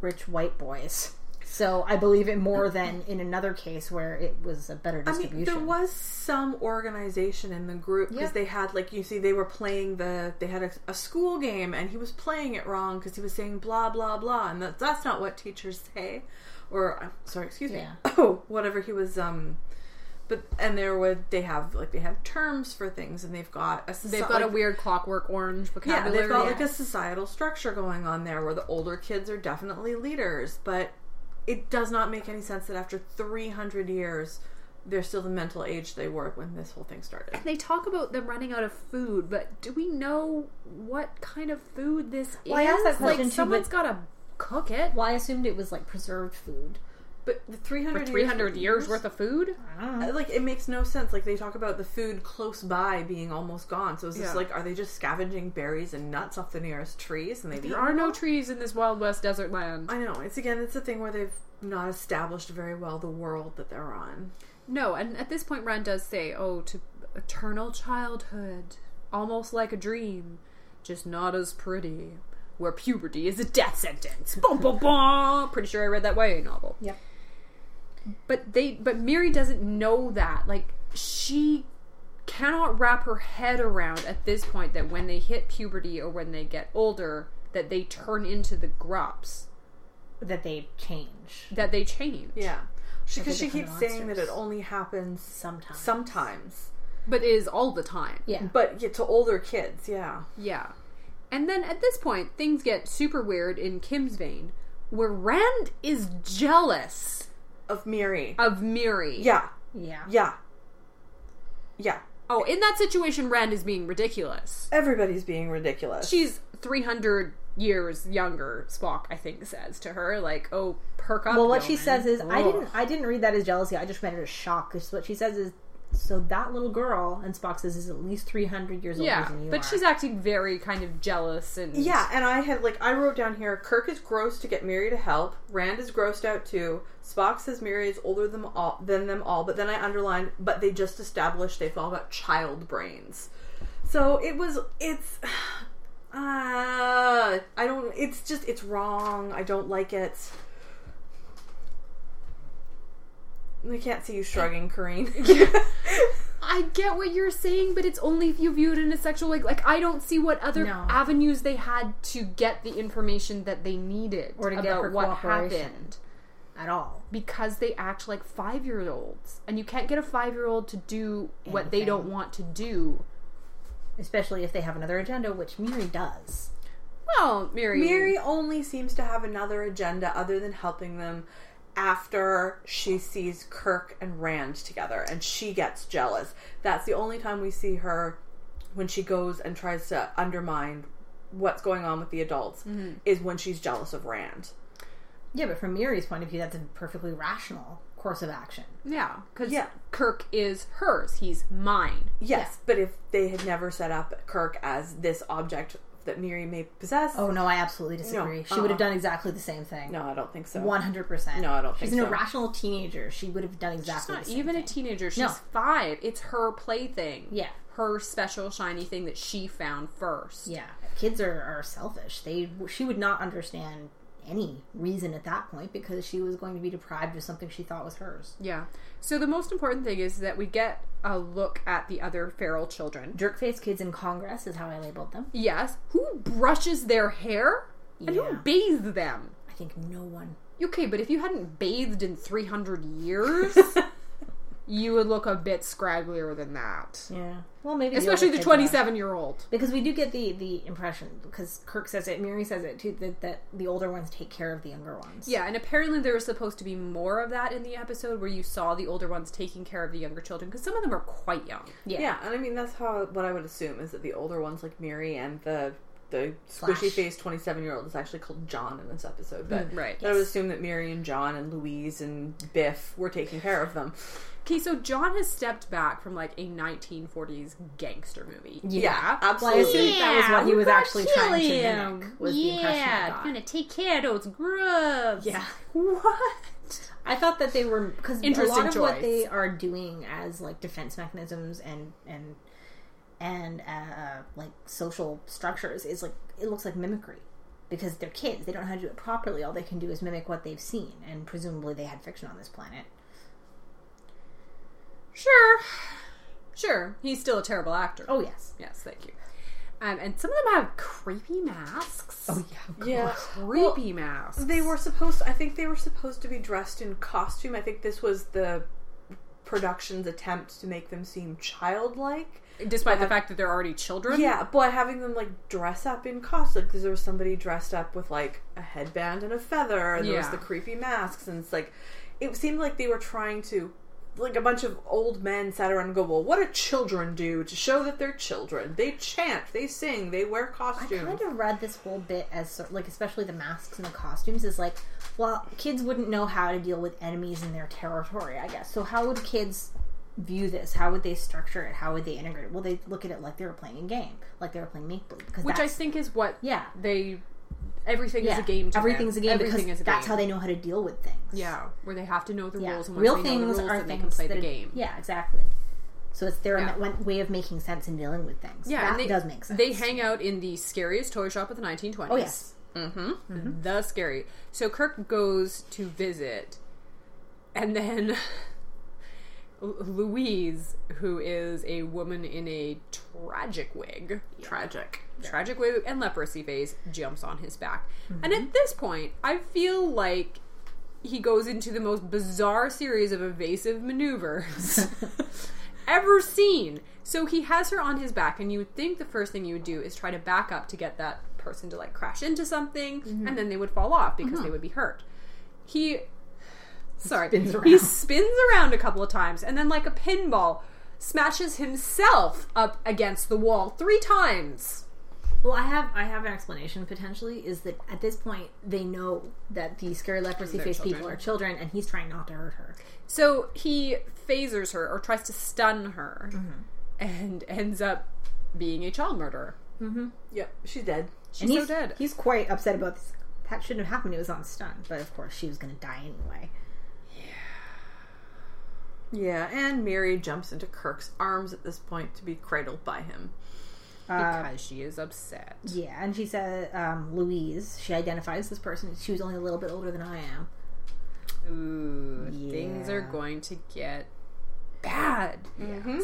[SPEAKER 4] rich white boys. So I believe it more than in another case where it was a better
[SPEAKER 5] I
[SPEAKER 4] distribution.
[SPEAKER 5] mean, there was some organization in the group because
[SPEAKER 4] Yeah.
[SPEAKER 5] they had, like, you see, they were playing the, they had a, a school game and he was playing it wrong because he was saying blah, blah, blah. And that, that's not what teachers say. Or, I'm sorry, excuse
[SPEAKER 4] Yeah.
[SPEAKER 5] me. Oh, whatever he was, um, but, and there would, they have, like, they have terms for things and they've got a,
[SPEAKER 3] They've
[SPEAKER 5] soci-
[SPEAKER 3] got a
[SPEAKER 5] like-
[SPEAKER 3] weird clockwork orange
[SPEAKER 5] yeah,
[SPEAKER 3] vocabulary.
[SPEAKER 5] they've got like
[SPEAKER 4] yeah.
[SPEAKER 5] a societal structure going on there where the older kids are definitely leaders, but it does not make any sense that after 300 years, they're still the mental age they were when this whole thing started.
[SPEAKER 3] they talk about them running out of food, but do we know what kind of food this
[SPEAKER 4] Well, I
[SPEAKER 3] is?
[SPEAKER 4] asked that question
[SPEAKER 3] like,
[SPEAKER 4] too,
[SPEAKER 3] someone's got
[SPEAKER 4] but-
[SPEAKER 3] to cook it.
[SPEAKER 4] well, I assumed it was like preserved food.
[SPEAKER 5] But the 300
[SPEAKER 3] For 300 years worth of food?
[SPEAKER 4] I don't know.
[SPEAKER 5] uh, like it makes no sense. Like they talk about the food close by being almost gone. So it's
[SPEAKER 3] Yeah.
[SPEAKER 5] just like, are they just scavenging berries and nuts off the nearest trees? And they
[SPEAKER 3] There are no trees in this Wild West desert land.
[SPEAKER 5] I know. It's again, it's a thing where they've not established very well the world that they're on.
[SPEAKER 3] No, and at this point, Ren does say, "Oh, to eternal childhood, almost like a dream, just not as pretty." Where puberty is a death sentence. Boom, boom, boom. Pretty sure I read that YA novel.
[SPEAKER 4] Yeah.
[SPEAKER 3] But they, but Mary doesn't know that. Like she cannot wrap her head around at this point that when they hit puberty or when they get older, that they turn into the grops
[SPEAKER 4] that they change
[SPEAKER 3] that they change.
[SPEAKER 5] Yeah. Because
[SPEAKER 4] They're
[SPEAKER 5] she
[SPEAKER 4] different
[SPEAKER 5] keeps saying that it
[SPEAKER 4] monsters.
[SPEAKER 5] only happens
[SPEAKER 4] sometimes.
[SPEAKER 5] sometimes,
[SPEAKER 3] But it is all the time.
[SPEAKER 4] yeah,
[SPEAKER 5] but yeah, to older kids, yeah.
[SPEAKER 3] Yeah. And then at this point, things get super weird in Kim's vein, where Rand is jealous
[SPEAKER 5] Of Miri.
[SPEAKER 3] of Miri.
[SPEAKER 5] yeah,
[SPEAKER 4] yeah.
[SPEAKER 5] yeah, yeah.
[SPEAKER 3] Oh, in that situation, Rand is being ridiculous.
[SPEAKER 5] Everybody's being ridiculous.
[SPEAKER 3] She's 300 years younger, Spock, I think, says to her, like, oh, perk up.
[SPEAKER 4] Well, what she
[SPEAKER 3] Yeoman.
[SPEAKER 4] says is, I
[SPEAKER 3] Ugh.
[SPEAKER 4] didn't, I didn't read that as jealousy. I just read it as shock. 'Cause what she says is, so that little girl, and Spock says, is at least three hundred years
[SPEAKER 3] Yeah,
[SPEAKER 4] older than you
[SPEAKER 3] but
[SPEAKER 4] are.
[SPEAKER 3] she's acting very kind of jealous and.
[SPEAKER 5] yeah, and I had like I wrote down here. Kirk is gross to get Miri to help. Rand is grossed out too. Spock says Miri is older than all than them all. But then I underlined, but they just established they've all got child brains. So it was. It's. Uh, I don't. It's just. It's wrong. I don't like it. We can't see you shrugging, Corrine.
[SPEAKER 3] I get what you're saying, but it's only if you view it in a sexual like like I don't see what other
[SPEAKER 4] No.
[SPEAKER 3] avenues they had to get the information that they needed
[SPEAKER 4] Or to get
[SPEAKER 3] about
[SPEAKER 4] her
[SPEAKER 3] what
[SPEAKER 4] cooperation.
[SPEAKER 3] happened
[SPEAKER 4] at all.
[SPEAKER 3] because they act like 5-year-olds and you can't get a 5-year-old to do what they
[SPEAKER 4] Anything.
[SPEAKER 3] don't want to do.
[SPEAKER 4] Especially if they have another agenda, which Miri does.
[SPEAKER 3] Well, Mary
[SPEAKER 5] Mary only seems to have another agenda other than helping them after she sees Kirk and Rand together and she gets jealous. That's the only time we see her when she goes and tries to undermine what's going on with the adults
[SPEAKER 4] Mm-hmm.
[SPEAKER 5] is when she's jealous of Rand.
[SPEAKER 4] Yeah, but from Miri's point of view, that's a perfectly rational course of action.
[SPEAKER 3] Yeah, cuz
[SPEAKER 5] Yeah.
[SPEAKER 3] Kirk is hers, he's mine.
[SPEAKER 5] Yes, but if they had never set up Kirk as this object that Miri may possess,
[SPEAKER 4] Oh no, I absolutely disagree.
[SPEAKER 5] No,
[SPEAKER 4] She would have
[SPEAKER 5] uh-uh.
[SPEAKER 4] done exactly the same thing.
[SPEAKER 5] no, I don't think so.
[SPEAKER 4] One hundred percent.
[SPEAKER 5] No, I don't
[SPEAKER 4] She's
[SPEAKER 5] think
[SPEAKER 4] an
[SPEAKER 5] so.
[SPEAKER 4] irrational teenager. She would have done exactly.
[SPEAKER 3] She's
[SPEAKER 4] the
[SPEAKER 3] not
[SPEAKER 4] same
[SPEAKER 3] even
[SPEAKER 4] thing.
[SPEAKER 3] a teenager. She's
[SPEAKER 4] No.
[SPEAKER 3] five. It's her plaything.
[SPEAKER 4] Yeah.
[SPEAKER 3] Her special shiny thing that she found first.
[SPEAKER 4] Yeah, kids are, are selfish. They she would not understand any reason at that point because she was going to be deprived of something she thought was hers.
[SPEAKER 3] Yeah. So the most important thing is that we get a look at the other feral children.
[SPEAKER 4] Jerkface kids in Congress is how I labeled them.
[SPEAKER 3] Yes. Who brushes their hair? And who
[SPEAKER 4] Yeah.
[SPEAKER 3] bathes them?
[SPEAKER 4] I think no one.
[SPEAKER 3] Okay, but if you hadn't bathed in 300 years, you would look a bit scragglier than that.
[SPEAKER 4] Yeah. Well, maybe
[SPEAKER 3] Especially
[SPEAKER 4] older
[SPEAKER 3] the
[SPEAKER 4] kids
[SPEAKER 3] 27 year old.
[SPEAKER 4] are. Because we do get the the impression because Kirk says it, Miri says it too that, that the older ones take care of the younger ones.
[SPEAKER 3] Yeah, and apparently there was supposed to be more of that in the episode where you saw the older ones taking care of the younger children because some of them are quite young.
[SPEAKER 4] Yeah.
[SPEAKER 5] Yeah, and I mean that's how what I would assume is that the older ones like Miri and the the
[SPEAKER 4] Flash.
[SPEAKER 5] squishy faced twenty seven year old is actually called John in this episode, but
[SPEAKER 4] Hmm,
[SPEAKER 3] Right.
[SPEAKER 5] I would assume that Miri and John and Louise and Biff were taking care of them.
[SPEAKER 3] Okay, so John has stepped back from like a 1940s gangster movie.
[SPEAKER 4] Yeah. Well, I
[SPEAKER 5] absolutely.
[SPEAKER 4] assume that was what he
[SPEAKER 3] you
[SPEAKER 4] was
[SPEAKER 3] gotta
[SPEAKER 4] actually
[SPEAKER 3] kill
[SPEAKER 4] trying to
[SPEAKER 3] him.
[SPEAKER 4] mimic. Was the
[SPEAKER 3] yeah,
[SPEAKER 4] impression I got.
[SPEAKER 3] gonna take care of those grubs.
[SPEAKER 4] Yeah.
[SPEAKER 3] What?
[SPEAKER 4] I thought that they were because a
[SPEAKER 3] Interesting
[SPEAKER 4] lot of what
[SPEAKER 3] choice.
[SPEAKER 4] they are doing as like defense mechanisms and and and uh, like social structures is like it looks like mimicry because they're kids they don't know how to do it properly all they can do is mimic what they've seen and presumably they had fiction on this planet
[SPEAKER 3] Sure. Sure. He's still a terrible actor.
[SPEAKER 4] oh yes
[SPEAKER 3] Yes, thank you. Um, and some of them have creepy masks.
[SPEAKER 4] Oh, yeah
[SPEAKER 5] Yeah.
[SPEAKER 3] Creepy masks.
[SPEAKER 5] They were supposed I think they were supposed to be dressed in costume. I think this was the production's attempt to make them seem childlike.
[SPEAKER 3] Despite the fact that they're already children.
[SPEAKER 5] Yeah, but having them like dress up in costume because there was somebody dressed up with like a headband and a feather, and there was
[SPEAKER 3] Yeah.
[SPEAKER 5] the creepy masks, and it's like it seemed like they were trying to like a bunch of old men sat around and go, "Well, what do children do to show that they're children? They chant, they sing, they wear
[SPEAKER 4] I
[SPEAKER 5] costumes."
[SPEAKER 4] kind of read this whole bit as sort- like especially the masks and the costumes is like well kids wouldn't know how to deal with enemies in their territory I guess so how would kids view this how would they structure it how would they integrate it well they look at it like they were playing a game like they were playing make believe because
[SPEAKER 3] Which I
[SPEAKER 4] that's,
[SPEAKER 3] think is what
[SPEAKER 4] yeah
[SPEAKER 3] they everything is
[SPEAKER 4] Yeah.
[SPEAKER 3] a game. To
[SPEAKER 4] Everything's
[SPEAKER 3] them.
[SPEAKER 4] a game
[SPEAKER 3] Everything
[SPEAKER 4] because
[SPEAKER 3] is a
[SPEAKER 4] that's
[SPEAKER 3] game.
[SPEAKER 4] how they know how to deal with things.
[SPEAKER 3] Yeah, where they have to know the
[SPEAKER 4] Yeah.
[SPEAKER 3] rules. And once
[SPEAKER 4] Real
[SPEAKER 3] they know
[SPEAKER 4] things
[SPEAKER 3] the rules,
[SPEAKER 4] are
[SPEAKER 3] then they
[SPEAKER 4] things
[SPEAKER 3] can play
[SPEAKER 4] that
[SPEAKER 3] the
[SPEAKER 4] are-
[SPEAKER 3] game.
[SPEAKER 4] Yeah, exactly. So it's their
[SPEAKER 3] Yeah.
[SPEAKER 4] ma- way of making sense and dealing with things.
[SPEAKER 3] Yeah,
[SPEAKER 4] that
[SPEAKER 3] and they,
[SPEAKER 4] does make sense.
[SPEAKER 3] They hang out in the scariest toy shop of the 1920s.
[SPEAKER 4] Oh, yes.
[SPEAKER 3] hmm the scary. So Kirk goes to visit, and then Lu- Louise, who is a woman in a tragic wig,
[SPEAKER 5] Tragic.
[SPEAKER 3] tragic wig and leprosy face, jumps on his back. And at this point, I feel like. He goes into the most bizarre series of evasive maneuvers ever seen. So he has her on his back, and you would think the first thing you would do is try to back up to get that person to like crash into something, and then they would fall off because they would be hurt. Mm-hmm. He, sorry,
[SPEAKER 4] Spins
[SPEAKER 3] he
[SPEAKER 4] around.
[SPEAKER 3] spins around a couple of times, and then like a pinball, smashes himself up against the wall three times.
[SPEAKER 4] Well, I have I have an explanation potentially is that at this point they know that the scary leprosy
[SPEAKER 3] They're
[SPEAKER 4] faced people
[SPEAKER 3] children.
[SPEAKER 4] are children, and he's trying not to hurt her.
[SPEAKER 3] So he phasers her or tries to stun her, and ends up being a child murderer.
[SPEAKER 5] Yep, she's dead.
[SPEAKER 3] She's
[SPEAKER 4] And
[SPEAKER 3] so
[SPEAKER 4] he's
[SPEAKER 3] dead.
[SPEAKER 4] He's quite upset about this. That shouldn't have happened. It was on stun, but of course she was going to die anyway.
[SPEAKER 5] Yeah, and Mary jumps into Kirk's arms at this point to be cradled by him.
[SPEAKER 3] because she is upset.
[SPEAKER 4] Yeah, and she said um, Louise. She identifies this person. She was only a little bit older than I am.
[SPEAKER 3] Ooh, things are
[SPEAKER 4] Yeah. Mm-hmm.
[SPEAKER 3] going to get bad.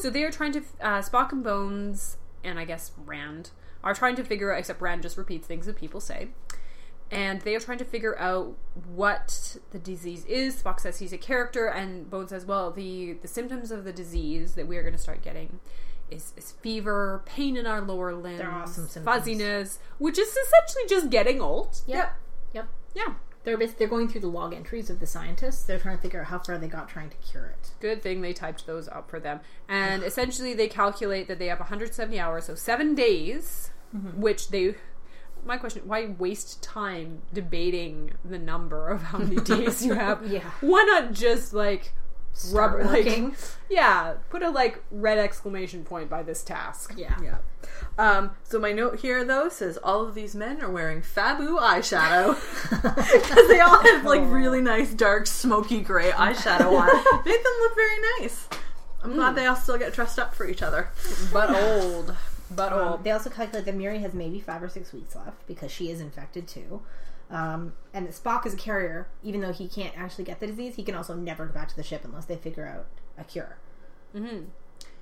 [SPEAKER 3] So they are trying to uh, Spock and Bones, and I guess Rand are trying to figure out. Except Rand just repeats things that people say, and they are trying to figure out what the disease is. Spock says he's a character, and Bones says, "Well, the the symptoms of the disease that we are going to start getting." Is, is fever, pain in our lower limbs,
[SPEAKER 4] awesome symptoms.
[SPEAKER 3] fuzziness, which is essentially just getting old.
[SPEAKER 4] Yep. Yep.
[SPEAKER 3] Yeah.
[SPEAKER 4] They're bas- they're going through the log entries of the scientists. They're trying to figure out how far they got trying to cure it.
[SPEAKER 3] Good thing they typed those up for them. And essentially, they calculate that they have 170 hours, so seven days,
[SPEAKER 4] Mm-hmm.
[SPEAKER 3] which they. My question: Why waste time debating the number of how many days you have?
[SPEAKER 4] Yeah.
[SPEAKER 3] Why not just like
[SPEAKER 4] Start
[SPEAKER 3] rub like
[SPEAKER 4] working.
[SPEAKER 3] yeah, put a like red exclamation point by this task.
[SPEAKER 4] Yeah.
[SPEAKER 5] Yeah. Um, so my note here though says all of these men are wearing Fabu eyeshadow because they all have like really nice dark smoky gray eyeshadow on. Made them look very nice. I'm
[SPEAKER 4] Hmm.
[SPEAKER 5] glad they all still get dressed up for each other.
[SPEAKER 3] But old, but
[SPEAKER 4] Um,
[SPEAKER 3] old.
[SPEAKER 4] they also calculate that Miri has maybe five or six weeks left because she is infected too. Um, and that Spock is a carrier, even though he can't actually get the disease, he can also never go back to the ship unless they figure out a cure.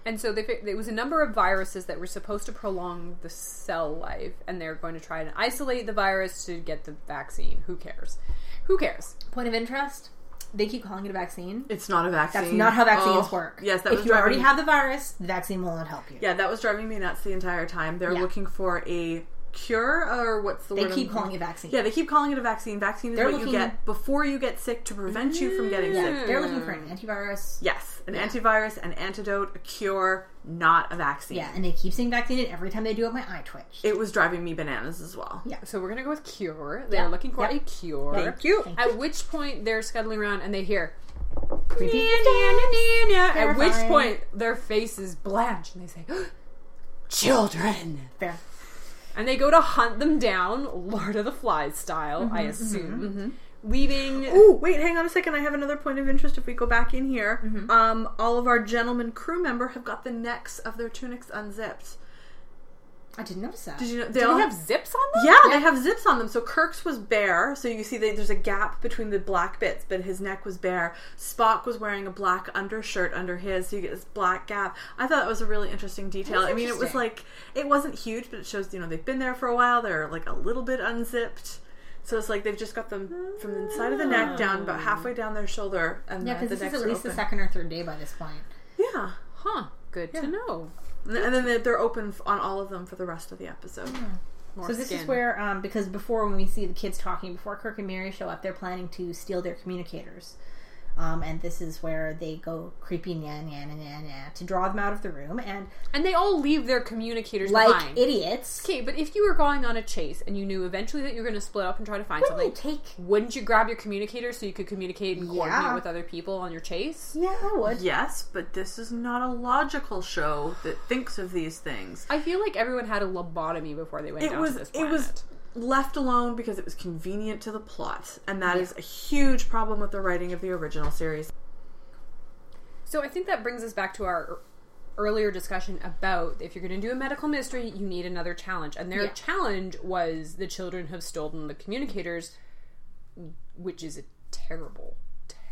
[SPEAKER 3] And so they, fi- there was a number of viruses that were supposed to prolong the cell life, and they're going to try and isolate the virus to get the vaccine. Who cares? Who cares?
[SPEAKER 4] Point of interest: they keep calling it a vaccine.
[SPEAKER 5] It's not a vaccine.
[SPEAKER 4] That's not how vaccines
[SPEAKER 5] Oh,
[SPEAKER 4] work.
[SPEAKER 5] Yes, that
[SPEAKER 4] if
[SPEAKER 5] was
[SPEAKER 4] you already
[SPEAKER 5] driving-
[SPEAKER 4] have the virus, the vaccine will not help you.
[SPEAKER 5] Yeah, that was driving me nuts the entire time. They're
[SPEAKER 4] Yeah.
[SPEAKER 5] looking for a cure, or what's the
[SPEAKER 4] They
[SPEAKER 5] word? I'm
[SPEAKER 4] keep
[SPEAKER 5] looking-
[SPEAKER 4] calling it vaccine.
[SPEAKER 5] Yeah, they keep calling it a vaccine. Vaccine is
[SPEAKER 4] They're
[SPEAKER 5] what you
[SPEAKER 4] looking-
[SPEAKER 5] get before you get sick to prevent you from getting sick.
[SPEAKER 4] Yeah, they're looking for
[SPEAKER 5] Hmm.
[SPEAKER 4] an antivirus.
[SPEAKER 5] Yes, an antivirus, an antidote, a cure, not a vaccine.
[SPEAKER 4] Yeah, and they keep saying vaccine, and every time they do it, my eye twitched.
[SPEAKER 5] It was driving me bananas as well.
[SPEAKER 4] Yeah.
[SPEAKER 3] So we're gonna go with cure. They're
[SPEAKER 4] Yeah.
[SPEAKER 3] looking for
[SPEAKER 4] Yeah.
[SPEAKER 3] a cure.
[SPEAKER 4] Thank you. Thank
[SPEAKER 3] At which point they're scuttling around and they hear.
[SPEAKER 4] Creepy.
[SPEAKER 3] At which
[SPEAKER 4] Terrifying.
[SPEAKER 3] point their faces blanch and they say, "Children!"
[SPEAKER 4] Fair.
[SPEAKER 3] And they go to hunt them down, Lord of the Flies style,
[SPEAKER 4] Mm-hmm,
[SPEAKER 3] I assume, leaving.
[SPEAKER 5] Oh, wait, hang on a second. I have another point of interest if we go back in here. Um, all of our gentlemen crew member have got the necks of their tunics unzipped.
[SPEAKER 4] I didn't notice that.
[SPEAKER 5] Did you know
[SPEAKER 3] Do
[SPEAKER 5] all
[SPEAKER 3] they have zips on them?
[SPEAKER 5] Yeah, they have zips on them. So Kirk's was bare, so you see that there's a gap between the black bits, but his neck was bare. Spock was wearing a black undershirt under his, so you get this black gap. I thought that was a really interesting detail.
[SPEAKER 4] is
[SPEAKER 5] I mean, it was
[SPEAKER 4] interesting.
[SPEAKER 5] like it wasn't huge, but it shows you know they've been there for a while. They're like a little bit unzipped. So it's like they've just got them from the side of the neck down, about halfway down their shoulder, and
[SPEAKER 4] Ah. Yeah,
[SPEAKER 5] the, the
[SPEAKER 4] because this
[SPEAKER 5] necks
[SPEAKER 4] is at
[SPEAKER 5] are
[SPEAKER 4] least the
[SPEAKER 5] open.
[SPEAKER 4] second or third day by this point.
[SPEAKER 5] Yeah,
[SPEAKER 3] Huh. Good to know.
[SPEAKER 5] and, and then they're- they're open f- on all of them for the rest of the episode.
[SPEAKER 4] Hmm.
[SPEAKER 3] More
[SPEAKER 4] So this is
[SPEAKER 3] skin.
[SPEAKER 4] where, um, because before when we see the kids talking, before Kirk and Mary show up, they're planning to steal their communicators. Um, and this is where they go creepy na na na na na to draw them out of the room and
[SPEAKER 3] and they all leave their communicators
[SPEAKER 4] like
[SPEAKER 3] behind.
[SPEAKER 4] idiots.
[SPEAKER 3] okay, but if you were going on a chase and you knew eventually that you were going to split up and try to find
[SPEAKER 4] Wouldn't
[SPEAKER 3] something,
[SPEAKER 4] you take?
[SPEAKER 3] Wouldn't you grab your communicator so you could communicate and coordinate
[SPEAKER 4] Yeah.
[SPEAKER 3] with other people on your chase?
[SPEAKER 4] Yeah, I would.
[SPEAKER 5] Yes, but this is not a logical show that thinks of these things.
[SPEAKER 3] I feel like everyone had a lobotomy before they went
[SPEAKER 5] It
[SPEAKER 3] down
[SPEAKER 5] was
[SPEAKER 3] to this
[SPEAKER 5] it
[SPEAKER 3] planet.
[SPEAKER 5] was left alone because it was convenient to the plot, and that is a huge problem with the writing of the original series.
[SPEAKER 3] So I think that brings us back to our e-, earlier discussion about if you're going to do a medical mystery, you need another challenge. And their
[SPEAKER 4] Yeah.
[SPEAKER 3] challenge was the children have stolen the communicators, which is a terrible,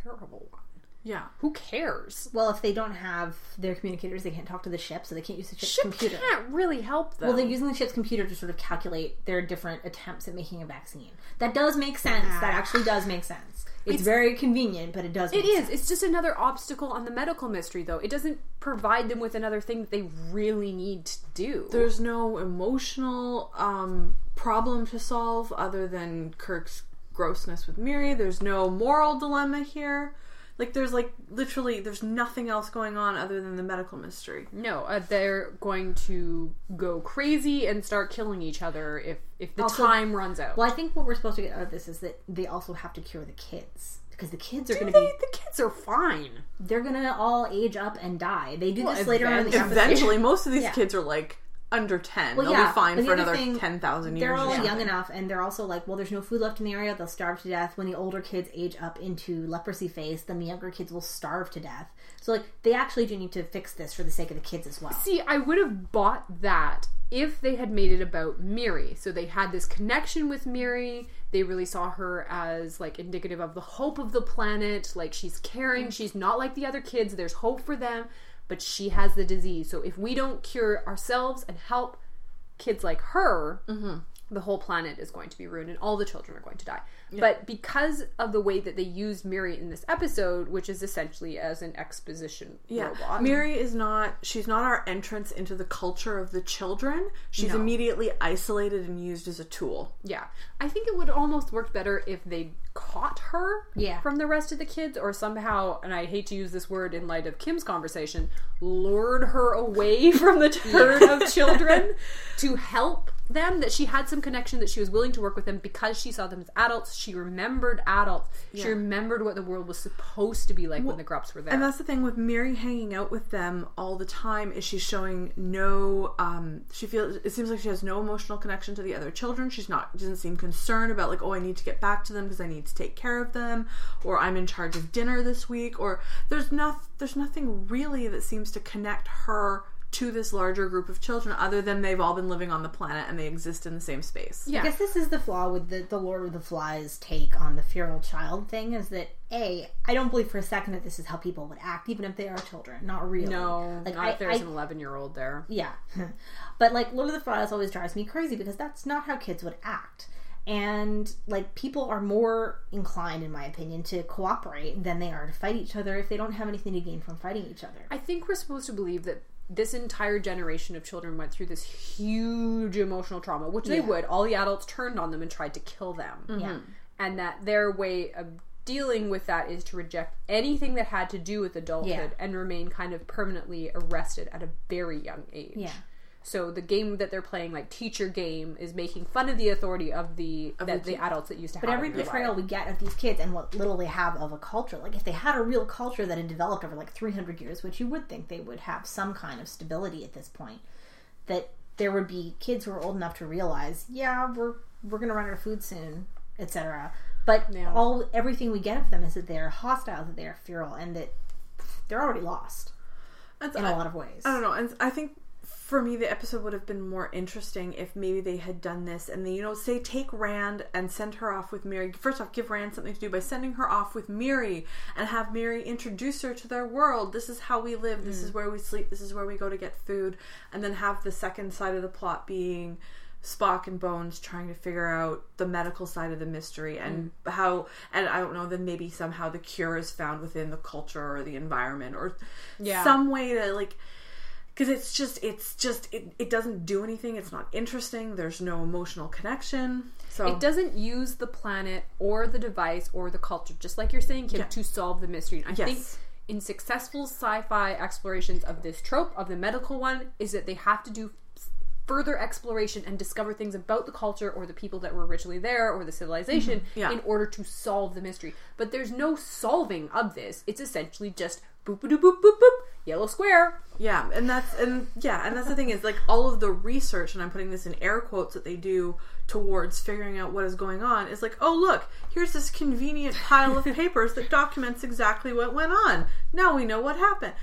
[SPEAKER 3] terrible one.
[SPEAKER 5] Yeah.
[SPEAKER 3] Who cares?
[SPEAKER 4] Well, if they don't have their communicators, they can't talk to the ship, so they can't use the ship's
[SPEAKER 3] Ship
[SPEAKER 4] computer.
[SPEAKER 3] can't really help them.
[SPEAKER 4] Well, they're using the ship's computer to sort of calculate their different attempts at making a vaccine. That does make sense. That actually does make sense. It's, very convenient, but it does.
[SPEAKER 3] Ah. It is. It's just another obstacle on the medical mystery, though. It doesn't provide them with another thing that they really need to do.
[SPEAKER 5] There's no emotional um, problem to solve other than Kirk's grossness with Miri. There's no moral dilemma here. Like there's like literally there's nothing else going on other than the medical mystery.
[SPEAKER 3] no, uh, they're going to go crazy and start killing each other if if the
[SPEAKER 4] Also-
[SPEAKER 3] time runs out.
[SPEAKER 4] Well, I think what we're supposed to get out of this is that they also have to cure the kids because the kids are
[SPEAKER 3] They-
[SPEAKER 4] going to be
[SPEAKER 3] the kids are fine.
[SPEAKER 4] they're going to all age up and die. They do this later on in the
[SPEAKER 3] event-
[SPEAKER 4] episode.
[SPEAKER 5] Eventually, most of these
[SPEAKER 4] Yeah.
[SPEAKER 5] kids are like under ten.
[SPEAKER 4] Well,
[SPEAKER 5] They'll
[SPEAKER 4] yeah,
[SPEAKER 5] be fine
[SPEAKER 4] and the
[SPEAKER 5] for
[SPEAKER 4] other
[SPEAKER 5] another
[SPEAKER 4] thing,
[SPEAKER 5] ten thousand years.
[SPEAKER 4] They're all
[SPEAKER 5] or
[SPEAKER 4] young
[SPEAKER 5] something.
[SPEAKER 4] enough, and they're also like, well, there's no food left in the area. They'll starve to death. When the older kids age up into leprosy phase, then the younger kids will starve to death. So, like, they actually do need to fix this for the sake of the kids as well.
[SPEAKER 3] See, I would have bought that if they had made it about Miri. So they had this connection with Miri. They really saw her as like indicative of the hope of the planet. Like she's caring. She's not like the other kids. There's hope for them, but she has the disease. So if we don't cure ourselves and help kids like her, the whole planet is going to be ruined and all the children are going to die. But because of the way that they used Miri in this episode, which is essentially as an exposition
[SPEAKER 5] Yeah,
[SPEAKER 3] robot,
[SPEAKER 5] Mary is not. She's not our entrance into the culture of the children. She's
[SPEAKER 3] No.
[SPEAKER 5] immediately isolated and used as a tool.
[SPEAKER 3] Yeah. I think it would almost work better if they caught her
[SPEAKER 4] Yeah.
[SPEAKER 3] from the rest of the kids or somehow, and I hate to use this word in light of Kim's conversation, lured her away from the herd of children to help them that she had some connection that she was willing to work with them because she saw them as adults she remembered adults she remembered what the world was supposed to be like when the grubs were there
[SPEAKER 5] And that's the thing with Mary hanging out with them all the time is she's showing no. Um, she feels it seems like she has no emotional connection to the other children. She's not doesn't seem concerned about like oh I need to get back to them because I need to take care of them or I'm in charge of dinner this week or there's not there's nothing really that seems to connect her to this larger group of children other than they've all been living on the planet and they exist in the same space.
[SPEAKER 3] yeah
[SPEAKER 4] I guess this is the flaw with the, the Lord of the Flies take on the feral child thing is that A, I don't believe for a second that this is how people would act, even if they are children. Not really.
[SPEAKER 3] no
[SPEAKER 4] Like,
[SPEAKER 3] not
[SPEAKER 4] I-
[SPEAKER 3] if there's
[SPEAKER 4] I-
[SPEAKER 3] an 11 year old there
[SPEAKER 4] Yeah. but like Lord of the Flies always drives me crazy because that's not how kids would act. And like people are more inclined, in my opinion, to cooperate than they are to fight each other if they don't have anything to gain from fighting each other.
[SPEAKER 3] I think we're supposed to believe that this entire generation of children went through this huge emotional trauma, which they would. All the adults turned on them and tried to kill them.
[SPEAKER 4] Yeah.
[SPEAKER 3] And that their way of dealing with that is to reject anything that had to do with adulthood
[SPEAKER 4] Yeah.
[SPEAKER 3] and remain kind of permanently arrested at a very young age.
[SPEAKER 4] Yeah.
[SPEAKER 3] So the game that they're playing, like teacher game, is making fun of the authority of the that the, adults that used to
[SPEAKER 4] But
[SPEAKER 3] have.
[SPEAKER 4] every
[SPEAKER 3] in their
[SPEAKER 4] portrayal
[SPEAKER 3] life.
[SPEAKER 4] we get of these kids and what little they have of a culture, like if they had a real culture that had developed over like 300 years, which you would think they would have some kind of stability at this point, that there would be kids who are old enough to realize, yeah, we're we're gonna run out of food soon, etc. But
[SPEAKER 3] Yeah.
[SPEAKER 4] all everything we get of them is that they are hostile, that they are feral, and that they're already lost
[SPEAKER 5] That's-
[SPEAKER 4] in a lot of ways.
[SPEAKER 5] I don't know. And I think for me, the episode would have been more interesting if maybe they had done this and then, you know, say, take Rand and send her off with Miri. First off, give Rand something to do by sending her off with Miri and have Miri introduce her to their world. This is how we live. This is where we sleep. This is where we go to get food. And then have the second side of the plot being. Spock and Bones trying to figure out the medical side of the mystery and how, and I don't know, then maybe somehow the cure is found within the culture or the environment or
[SPEAKER 3] Yeah.
[SPEAKER 5] some way that, like, because it's just, it's just, it, it doesn't do anything. It's not interesting. There's no emotional connection. So,
[SPEAKER 3] It doesn't use the planet or the device or the culture, just like you're saying, Kim, to solve the mystery. And I think
[SPEAKER 5] Yes.
[SPEAKER 3] in successful sci-fi explorations of this trope of the medical one is that they have to do s- further exploration and discover things about the culture or the people that were originally there or the civilization
[SPEAKER 5] Yeah.
[SPEAKER 3] in order to solve the mystery. But there's no solving of this. It's essentially just boop boop boop boop boop. yellow square.
[SPEAKER 5] Yeah, and that's and yeah, and that's the thing is like all of the research, and I'm putting this in air quotes that they do towards figuring out what is going on is like, oh look, here's this convenient pile of papers that documents exactly what went on. Now we know what happened.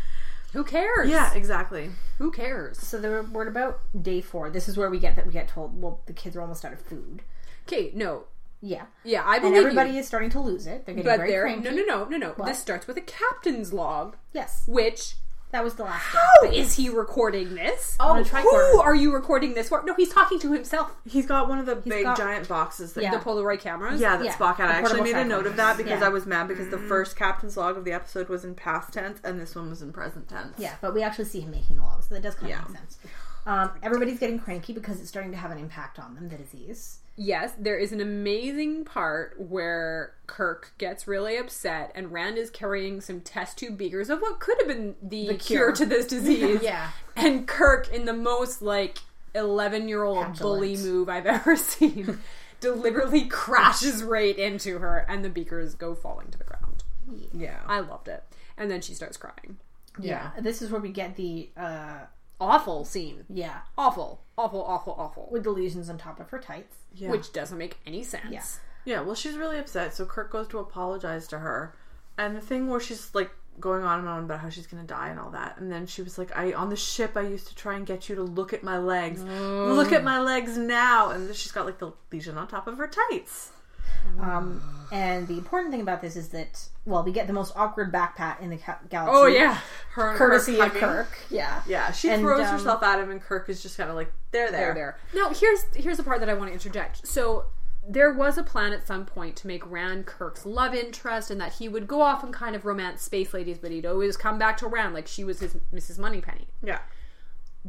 [SPEAKER 3] Who cares?
[SPEAKER 5] Yeah, exactly.
[SPEAKER 3] Who cares?
[SPEAKER 4] So the we're about day four. This is where we get that we get told, well, the kids are almost out of food.
[SPEAKER 3] Okay, no.
[SPEAKER 4] Yeah,
[SPEAKER 3] Yeah, I believe
[SPEAKER 4] and
[SPEAKER 3] you,
[SPEAKER 4] everybody is starting to lose it. They're getting
[SPEAKER 3] but
[SPEAKER 4] very
[SPEAKER 3] there,
[SPEAKER 4] cranky.
[SPEAKER 3] no, no, no, no, no. This starts with a captain's log,
[SPEAKER 4] Yes,
[SPEAKER 3] which
[SPEAKER 4] that was the last.
[SPEAKER 3] how is he recording this?
[SPEAKER 4] On
[SPEAKER 3] Oh,
[SPEAKER 4] a tricorder.
[SPEAKER 3] who are you recording this for? No, he's talking to himself.
[SPEAKER 5] He's got one of the big
[SPEAKER 4] got-
[SPEAKER 5] giant boxes that
[SPEAKER 4] Yeah.
[SPEAKER 3] The Polaroid cameras.
[SPEAKER 5] Yeah, that
[SPEAKER 4] Yeah,
[SPEAKER 5] Spock had.
[SPEAKER 4] the
[SPEAKER 5] I actually
[SPEAKER 4] portable
[SPEAKER 5] made a note
[SPEAKER 4] tripod.
[SPEAKER 5] of that because
[SPEAKER 4] Yeah.
[SPEAKER 5] I was mad because the first captain's log of the episode was in past tense and this one was in present tense.
[SPEAKER 4] Yeah, but we actually see him making the logs, so that does kind
[SPEAKER 5] Yeah.
[SPEAKER 4] of make sense. Um, everybody's getting cranky because it's starting to have an impact on them. The disease.
[SPEAKER 3] Yes, there is an amazing part where Kirk gets really upset, and Rand is carrying some test tube beakers of what could have been the,
[SPEAKER 4] The
[SPEAKER 3] cure.
[SPEAKER 4] cure.
[SPEAKER 3] to this disease.
[SPEAKER 4] Yeah.
[SPEAKER 3] and Kirk, in the most like eleven-year-old bully
[SPEAKER 4] Petulant.
[SPEAKER 3] move I've ever seen, deliberately crashes right into her, and the beakers go falling to the ground.
[SPEAKER 5] Yeah.
[SPEAKER 3] I loved it, and then she starts crying.
[SPEAKER 4] Yeah. This is where we get the uh,
[SPEAKER 3] Awful scene.
[SPEAKER 4] yeah
[SPEAKER 3] Awful, awful, awful, awful.
[SPEAKER 4] with the lesions on top of her tights.
[SPEAKER 5] yeah.
[SPEAKER 3] Which doesn't make any sense.
[SPEAKER 4] Yeah.
[SPEAKER 5] Yeah, well, she's really upset, so Kirk goes to apologize to her. And the thing where she's like going on and on about how she's gonna die and all that, and then she was like, "I on the ship, I used to try and get you to look at my legs. Look at my legs now." And she's got like the lesion on top of her tights.
[SPEAKER 4] Um, and the important thing about this is that well, we get the most awkward backpat in the ca- galaxy.
[SPEAKER 3] Oh yeah.
[SPEAKER 5] Her and
[SPEAKER 4] courtesy of
[SPEAKER 5] hugging.
[SPEAKER 4] Kirk. Yeah.
[SPEAKER 5] Yeah, she
[SPEAKER 4] And,
[SPEAKER 5] throws
[SPEAKER 4] um,
[SPEAKER 5] herself at him, and Kirk is just kind of like, "There, there,
[SPEAKER 3] they're there. Now here's here's the part that I want to interject. So there was a plan at some point to make Rand Kirk's love interest, and that he would go off and kind of romance space ladies, but he'd always come back to Rand like she was his Mrs. Moneypenny.
[SPEAKER 5] Yeah.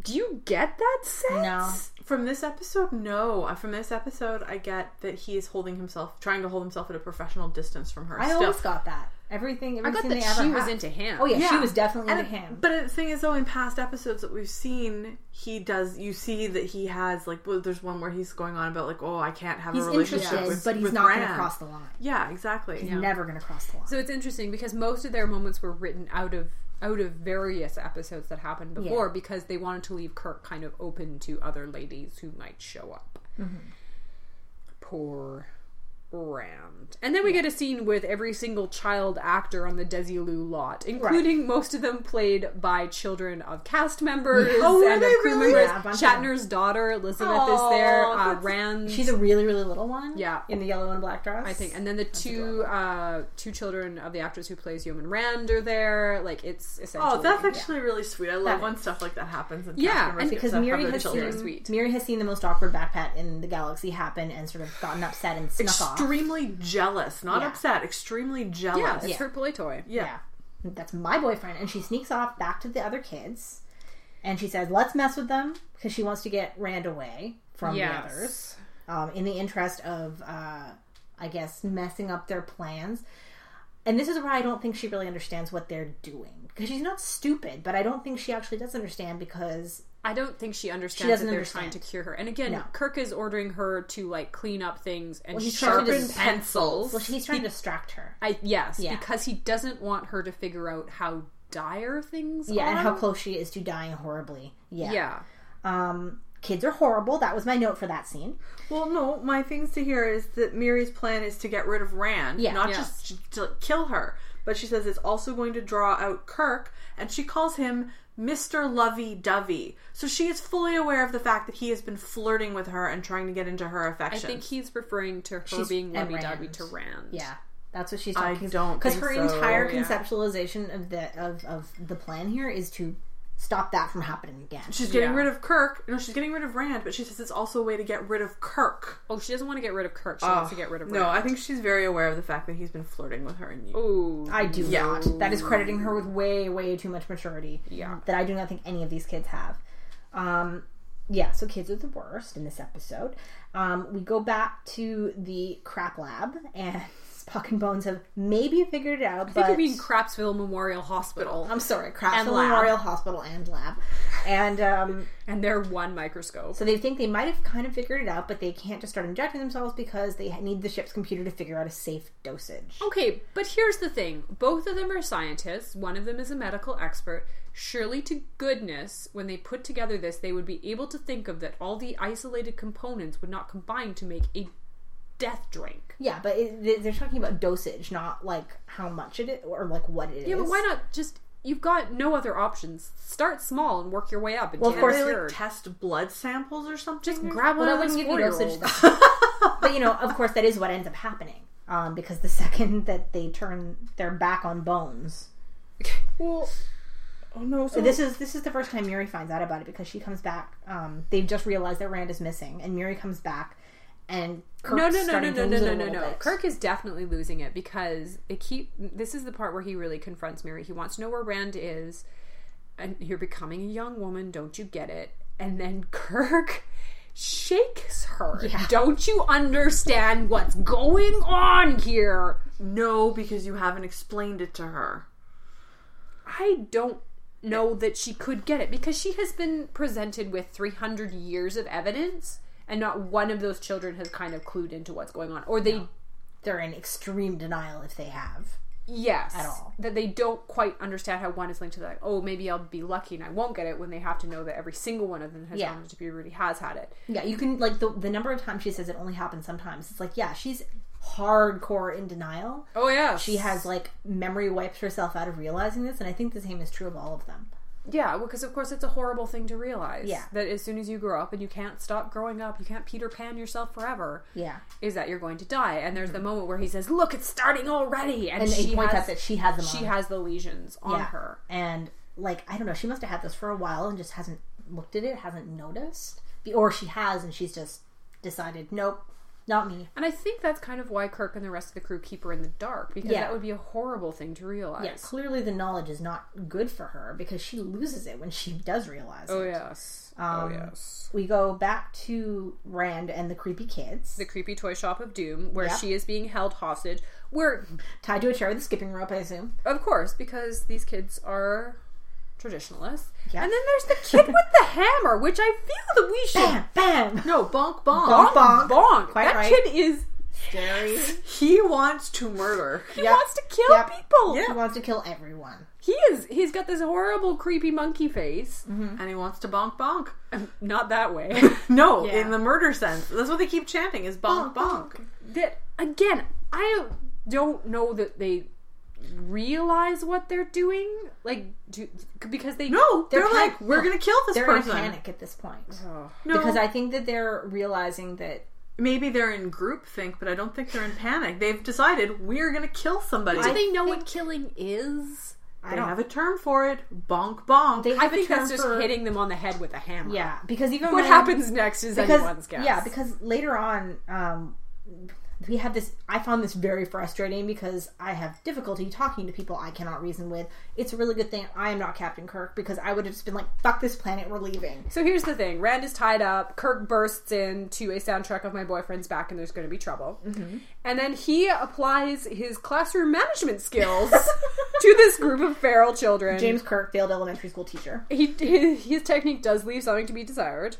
[SPEAKER 3] Do you get that sense?
[SPEAKER 4] No.
[SPEAKER 5] From this episode, no. Uh, From this episode, I get that he is holding himself, trying to hold himself at a professional distance from her.
[SPEAKER 4] I
[SPEAKER 5] still.
[SPEAKER 4] always got that. Everything.
[SPEAKER 3] I
[SPEAKER 4] Every
[SPEAKER 3] got
[SPEAKER 4] scene
[SPEAKER 3] that
[SPEAKER 4] they ever
[SPEAKER 3] she was
[SPEAKER 4] had.
[SPEAKER 3] into him.
[SPEAKER 4] Oh yeah, she
[SPEAKER 5] Yeah.
[SPEAKER 4] was definitely
[SPEAKER 5] And
[SPEAKER 4] into
[SPEAKER 5] it-
[SPEAKER 4] him.
[SPEAKER 5] But the thing is, though, in past episodes that we've seen, he does. You see that he has like. Well, there's one where he's going on about like, oh, I can't have
[SPEAKER 4] he's
[SPEAKER 5] a relationship
[SPEAKER 4] interested,
[SPEAKER 5] with,
[SPEAKER 4] but he's
[SPEAKER 5] with
[SPEAKER 4] not going to
[SPEAKER 5] Rand."
[SPEAKER 4] cross the line.
[SPEAKER 5] Yeah, exactly.
[SPEAKER 4] He's never going to cross the line.
[SPEAKER 3] So it's interesting because most of their moments were written out of out of various episodes that happened before
[SPEAKER 4] Yeah.
[SPEAKER 3] because they wanted to leave Kirk kind of open to other ladies who might show up. Poor Rand. And then we get a scene with every single child actor on the Desilu lot, including most of them played by children of cast members
[SPEAKER 5] Oh, were
[SPEAKER 3] and
[SPEAKER 5] they
[SPEAKER 3] of crew
[SPEAKER 5] really?
[SPEAKER 3] members.
[SPEAKER 4] Yeah, a bunch of them.
[SPEAKER 3] Shatner's daughter Elizabeth
[SPEAKER 5] Aw,
[SPEAKER 3] is there. Uh,
[SPEAKER 5] that's-
[SPEAKER 3] Rand,
[SPEAKER 4] She's a really, really little one.
[SPEAKER 3] Yeah.
[SPEAKER 4] In the yellow and black dress.
[SPEAKER 3] I think, and then the two uh, two children of the actress who plays Yeoman Rand are there. Like it's essentially.
[SPEAKER 5] Oh, that's actually really sweet. I love
[SPEAKER 4] That
[SPEAKER 5] when stuff like that happens. And
[SPEAKER 3] Yeah, and
[SPEAKER 5] cast members get
[SPEAKER 4] because
[SPEAKER 5] to
[SPEAKER 4] Miri
[SPEAKER 5] have
[SPEAKER 4] has
[SPEAKER 5] their
[SPEAKER 4] seen
[SPEAKER 5] children.
[SPEAKER 3] sweet.
[SPEAKER 4] Miri has seen the most awkward backpat in the galaxy happen and sort of gotten upset and snuck off.
[SPEAKER 5] extremely jealous, not
[SPEAKER 4] Yeah.
[SPEAKER 5] upset, extremely
[SPEAKER 3] yeah,
[SPEAKER 5] jealous.
[SPEAKER 3] it's her play toy.
[SPEAKER 5] Yeah.
[SPEAKER 4] That's my boyfriend, and she sneaks off back to the other kids, and she says, "Let's mess with them," because she wants to get Rand away from the
[SPEAKER 3] Yes.
[SPEAKER 4] others. um, in the interest of, uh, I guess, messing up their plans. And this is where I don't think she really understands what they're doing because she's not stupid, but I don't think she actually does understand because
[SPEAKER 3] I don't think she understands
[SPEAKER 4] doesn't
[SPEAKER 3] that they're
[SPEAKER 4] understand.
[SPEAKER 3] trying to cure her. And again,
[SPEAKER 4] No.
[SPEAKER 3] Kirk is ordering her to like clean up things and
[SPEAKER 4] he's trying to
[SPEAKER 3] sharpen
[SPEAKER 4] dis-
[SPEAKER 3] pencils.
[SPEAKER 4] well, he's trying to distract her.
[SPEAKER 3] I yes,
[SPEAKER 4] Yeah.
[SPEAKER 3] because he doesn't want her to figure out how dire things
[SPEAKER 4] Yeah,
[SPEAKER 3] are.
[SPEAKER 4] and
[SPEAKER 5] Um,
[SPEAKER 4] how close she is to dying horribly. Yeah.
[SPEAKER 3] yeah.
[SPEAKER 4] Um, kids are horrible. That was my note for that scene.
[SPEAKER 5] Well, no, my things to hear is that Miri's plan is to get rid of Rand,
[SPEAKER 4] Yeah.
[SPEAKER 5] not
[SPEAKER 3] Yeah.
[SPEAKER 5] just to kill her. But she says it's also going to draw out Kirk, and she calls him Mr. Lovey Dovey. So she is fully aware of the fact that he has been flirting with her and trying to get into her
[SPEAKER 3] I
[SPEAKER 5] affection.
[SPEAKER 3] think he's referring to her
[SPEAKER 4] She's-
[SPEAKER 3] being
[SPEAKER 4] and
[SPEAKER 3] lovey dovey
[SPEAKER 4] Rand.
[SPEAKER 3] to Rand.
[SPEAKER 4] Yeah. That's what she's
[SPEAKER 5] I
[SPEAKER 4] talking
[SPEAKER 5] don't
[SPEAKER 4] because
[SPEAKER 5] think
[SPEAKER 4] her
[SPEAKER 5] so,
[SPEAKER 4] entire
[SPEAKER 5] yeah.
[SPEAKER 4] conceptualization of the of, of the plan here is to stop that from happening again.
[SPEAKER 5] she's getting
[SPEAKER 3] Yeah.
[SPEAKER 5] rid of Kirk. No, she's getting rid of Rand, but she says it's also a way to get rid of Kirk.
[SPEAKER 3] Oh, she doesn't want to get rid of Kirk. She wants to get rid of Rand.
[SPEAKER 5] No, I think she's very aware of the fact that he's been flirting with her and you.
[SPEAKER 3] Ooh.
[SPEAKER 4] I do
[SPEAKER 5] Yeah.
[SPEAKER 4] not. That is crediting her with way, way too much maturity.
[SPEAKER 3] Yeah.
[SPEAKER 4] That I do not think any of these kids have. Um, yeah, so kids are the worst in this episode. Um, we go back to the crap lab and Puck and Bones have maybe figured it out.
[SPEAKER 3] I think
[SPEAKER 4] but
[SPEAKER 3] you mean Crapsville Memorial Hospital
[SPEAKER 4] I'm sorry, Craftsville
[SPEAKER 3] lab.
[SPEAKER 4] Memorial Hospital and Lab, and um,
[SPEAKER 3] and their one microscope.
[SPEAKER 4] so they think they might have kind of figured it out, but they can't just start injecting themselves because they need the ship's computer to figure out a safe dosage.
[SPEAKER 3] Okay, but here's the thing. Both of them are scientists, one of them is a medical expert. Surely to goodness, when they put together this, they would be able to think of that all the isolated components would not combine to make a death drink.
[SPEAKER 4] Yeah, but it, they- they're talking about dosage, not like how much it is or like what it is.
[SPEAKER 3] Yeah, but why not just you've got no other options. Start small and work your way up until
[SPEAKER 4] Well, of course,
[SPEAKER 3] you're
[SPEAKER 5] They,
[SPEAKER 3] cured.
[SPEAKER 5] like, test blood samples or something.
[SPEAKER 3] just grab one
[SPEAKER 4] Well, that
[SPEAKER 3] of
[SPEAKER 4] wouldn't
[SPEAKER 3] those
[SPEAKER 4] give you dosage.
[SPEAKER 3] four-year-olds.
[SPEAKER 4] then. but you know, of course, that is what ends up happening. Um, because the second that they turn their back on Bones,
[SPEAKER 5] Well, oh no. So
[SPEAKER 4] So this is this is the first time Miri finds out about it because she comes back. Um, they just realized that Rand is missing, and Miri comes back, and Kirk's
[SPEAKER 3] no, no, no, no,
[SPEAKER 4] starting
[SPEAKER 3] no,
[SPEAKER 4] to
[SPEAKER 3] no,
[SPEAKER 4] lose it
[SPEAKER 3] no,
[SPEAKER 4] a
[SPEAKER 3] no,
[SPEAKER 4] little
[SPEAKER 3] no.
[SPEAKER 4] bit.
[SPEAKER 3] Kirk is definitely losing it because it keep. This is the part where he really confronts Mary. He wants to know where Rand is, and you're becoming a young woman. Don't you get it? And then Kirk shakes her. Don't you understand what's going on here?
[SPEAKER 5] no, because you haven't explained it to her.
[SPEAKER 3] I don't know that she could get it because she has been presented with 300 years of evidence, and not one of those children has kind of clued into what's going on, or they
[SPEAKER 4] They're in extreme denial if they have.
[SPEAKER 3] Yes. At
[SPEAKER 4] all.
[SPEAKER 3] That they don't quite understand how one is linked to that. Oh, maybe I'll be lucky and I won't get it when they have to know that every single one of them has
[SPEAKER 4] Yeah.
[SPEAKER 3] gone to be Rudy has had it.
[SPEAKER 4] Yeah, you can like the the number of times she says it only happens sometimes. It's like yeah, she's hardcore in denial.
[SPEAKER 3] Oh yeah.
[SPEAKER 4] She has like memory wipes herself out of realizing this, and I think the same is true of all of them.
[SPEAKER 3] Yeah, because of course it's a horrible thing to realize.
[SPEAKER 4] Yeah.
[SPEAKER 3] That as soon as you grow up and you can't stop growing up, you can't Peter Pan yourself forever.
[SPEAKER 4] Yeah, Mm-hmm.
[SPEAKER 3] Is that you're going to die. And there's the moment where he says, Look, it's starting already and,
[SPEAKER 4] and
[SPEAKER 3] she
[SPEAKER 4] she points
[SPEAKER 3] has,
[SPEAKER 4] out that she has them.
[SPEAKER 3] she
[SPEAKER 4] on.
[SPEAKER 3] has the lesions on
[SPEAKER 4] Yeah.
[SPEAKER 3] her.
[SPEAKER 4] and like I don't know, she must have had this for a while and just hasn't looked at it, hasn't noticed, Be- or she has and she's just decided, nope, not me.
[SPEAKER 3] And I think that's kind of why Kirk and the rest of the crew keep her in the dark, because
[SPEAKER 4] Yeah.
[SPEAKER 3] that would be a horrible thing to realize.
[SPEAKER 4] Yeah, clearly the knowledge is not good for her because she loses it when she does realize.
[SPEAKER 3] Oh
[SPEAKER 4] it.
[SPEAKER 3] yes. oh
[SPEAKER 4] Um,
[SPEAKER 3] yes.
[SPEAKER 4] We go back to Rand and the creepy kids
[SPEAKER 3] the creepy toy shop of doom where
[SPEAKER 4] Yep.
[SPEAKER 3] she is being held hostage where
[SPEAKER 4] tied to a chair with a skipping rope. I assume.
[SPEAKER 3] of course because these kids are traditionalists
[SPEAKER 4] Yeah.
[SPEAKER 3] and then there's the kid with the hammer which i feel that we should
[SPEAKER 4] Bam, bam.
[SPEAKER 5] No, bonk, bonk.
[SPEAKER 4] Bonk,
[SPEAKER 3] bonk, bonk.
[SPEAKER 4] Quite
[SPEAKER 3] that
[SPEAKER 4] right.
[SPEAKER 3] kid is
[SPEAKER 4] Scary.
[SPEAKER 5] He wants to murder.
[SPEAKER 3] he
[SPEAKER 4] Yep.
[SPEAKER 3] wants to kill
[SPEAKER 4] Yep.
[SPEAKER 3] people
[SPEAKER 4] She wants to kill everyone.
[SPEAKER 3] he is he's got this horrible creepy monkey face
[SPEAKER 4] Mm-hmm.
[SPEAKER 5] and he wants to bonk, bonk.
[SPEAKER 3] not that way
[SPEAKER 5] No,
[SPEAKER 4] Yeah.
[SPEAKER 5] in the murder sense. That's what they keep chanting is bonk, bonk.
[SPEAKER 3] that again i don't know that they realize what they're doing like do, because they
[SPEAKER 5] No, they're,
[SPEAKER 4] They're pan- oh,
[SPEAKER 5] like, we're going to kill this
[SPEAKER 4] They're
[SPEAKER 5] person.
[SPEAKER 4] in a panic at this point
[SPEAKER 3] Ugh.
[SPEAKER 5] No,
[SPEAKER 4] because I think that they're realizing that
[SPEAKER 5] maybe they're in group think, but I don't think they're in panic. They've decided we're going to kill somebody.
[SPEAKER 3] do
[SPEAKER 5] they
[SPEAKER 3] they know what killing is
[SPEAKER 4] I don't
[SPEAKER 5] have a term for it. Bonk, bonk.
[SPEAKER 4] They-
[SPEAKER 3] I
[SPEAKER 4] have a
[SPEAKER 3] think
[SPEAKER 4] term
[SPEAKER 3] that's just
[SPEAKER 4] for-
[SPEAKER 3] hitting them on the head with a hammer.
[SPEAKER 4] Yeah, because even
[SPEAKER 3] What
[SPEAKER 4] when-
[SPEAKER 3] happens next is anyone's guess.
[SPEAKER 4] Yeah, because later on, um, we had this. I found this very frustrating because I have difficulty talking to people I cannot reason with. It's a really good thing I am not Captain Kirk because I would have just been like, "Fuck this planet, we're leaving."
[SPEAKER 3] so here's the thing: Rand is tied up. Kirk bursts in to a soundtrack of "My Boyfriend's Back," and there's going to be trouble. And then he applies his classroom management skills to this group of feral children.
[SPEAKER 4] James Kirk, failed elementary school teacher.
[SPEAKER 3] he, his, his technique does leave something to be desired.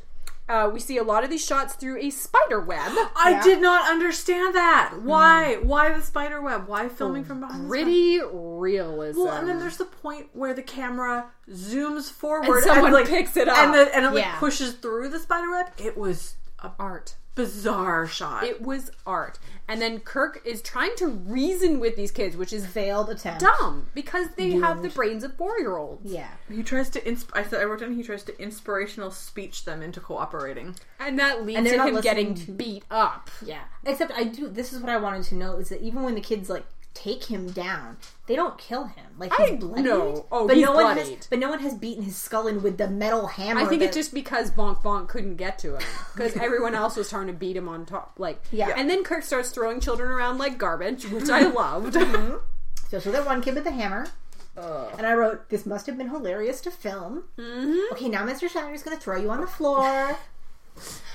[SPEAKER 3] Uh, we see a lot of these shots through a spider web.
[SPEAKER 5] I
[SPEAKER 4] Yeah.
[SPEAKER 5] did not understand that. Why? Why the spider web? Why filming from behind? the spider-
[SPEAKER 3] Gritty realism.
[SPEAKER 5] Well, and then there's the point where the camera zooms forward
[SPEAKER 3] someone picks it up.
[SPEAKER 5] and, the, and it like
[SPEAKER 4] Yeah.
[SPEAKER 5] pushes through the spider web. It was a
[SPEAKER 3] art.
[SPEAKER 5] bizarre shot.
[SPEAKER 3] It was art. And then Kirk is trying to reason with these kids, which is
[SPEAKER 4] Failed attempt.
[SPEAKER 3] dumb because they have the brains of four year olds.
[SPEAKER 4] Yeah,
[SPEAKER 5] he tries to. Insp- I said I wrote down. He tries to inspirational speech them into cooperating.
[SPEAKER 3] And that leads
[SPEAKER 4] And they're
[SPEAKER 3] to
[SPEAKER 4] not
[SPEAKER 3] him
[SPEAKER 4] listening
[SPEAKER 3] getting
[SPEAKER 4] to-
[SPEAKER 3] beat up.
[SPEAKER 4] yeah. Except I do. This is what I wanted to know is that even when the kids like take him down, they don't kill him. Like he's
[SPEAKER 3] I-
[SPEAKER 4] bloodied.
[SPEAKER 3] no. Oh,
[SPEAKER 4] but
[SPEAKER 3] he's
[SPEAKER 4] no one
[SPEAKER 3] bloodied.
[SPEAKER 4] has. But no one has beaten his skull in with the metal hammer.
[SPEAKER 3] I think
[SPEAKER 4] that-
[SPEAKER 3] it's just because Bonk Bonk couldn't get to him because everyone else was trying to beat him on top. Like,
[SPEAKER 4] Yeah.
[SPEAKER 3] And then Kirk starts throwing children around like garbage, which I loved.
[SPEAKER 4] Mm-hmm. Especially that one kid with the hammer. And I wrote, "This must have been hilarious to film." Mm-hmm. Okay, now Mr. Shiner's going to throw you on the floor.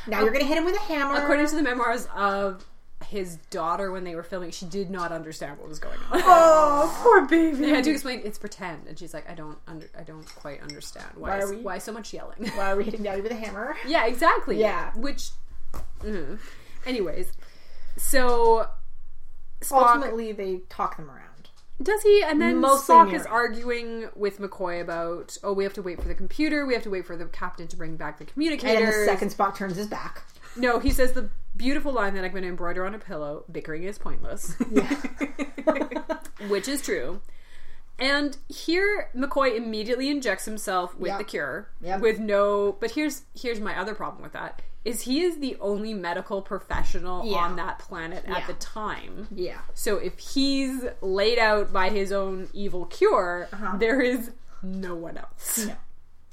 [SPEAKER 4] now you're going to hit him with a hammer.
[SPEAKER 3] According to the memoirs of his daughter when they were filming. She did not understand what was going on.
[SPEAKER 5] Oh, poor baby.
[SPEAKER 3] I had to explain it's pretend, and she's like, I don't under, I don't quite understand why
[SPEAKER 4] Why are
[SPEAKER 3] is-
[SPEAKER 4] we-
[SPEAKER 3] why so much yelling.
[SPEAKER 4] Why are we hitting Daddy with a hammer?
[SPEAKER 3] yeah, exactly.
[SPEAKER 4] Yeah.
[SPEAKER 3] which, mm. anyways, so Spock
[SPEAKER 4] Ultimately, they talk them around.
[SPEAKER 3] does he, and then
[SPEAKER 4] Mostly
[SPEAKER 3] Spock
[SPEAKER 4] Nero.
[SPEAKER 3] is arguing with McCoy about, oh, we have to wait for the computer, we have to wait for the captain to bring back the
[SPEAKER 4] And then
[SPEAKER 3] communicator.
[SPEAKER 4] the second Spock turns his back.
[SPEAKER 3] no, he says the beautiful line that I'm going to embroider on a pillow: bickering is pointless. which is true. And here McCoy immediately injects himself with
[SPEAKER 4] Yep.
[SPEAKER 3] the cure
[SPEAKER 4] Yep.
[SPEAKER 3] with no but here's here's my other problem with that is he is the only medical professional
[SPEAKER 4] Yeah.
[SPEAKER 3] on that planet at
[SPEAKER 4] Yeah.
[SPEAKER 3] the time.
[SPEAKER 4] yeah.
[SPEAKER 3] So if he's laid out by his own evil cure,
[SPEAKER 4] Uh-huh.
[SPEAKER 3] there is no one else.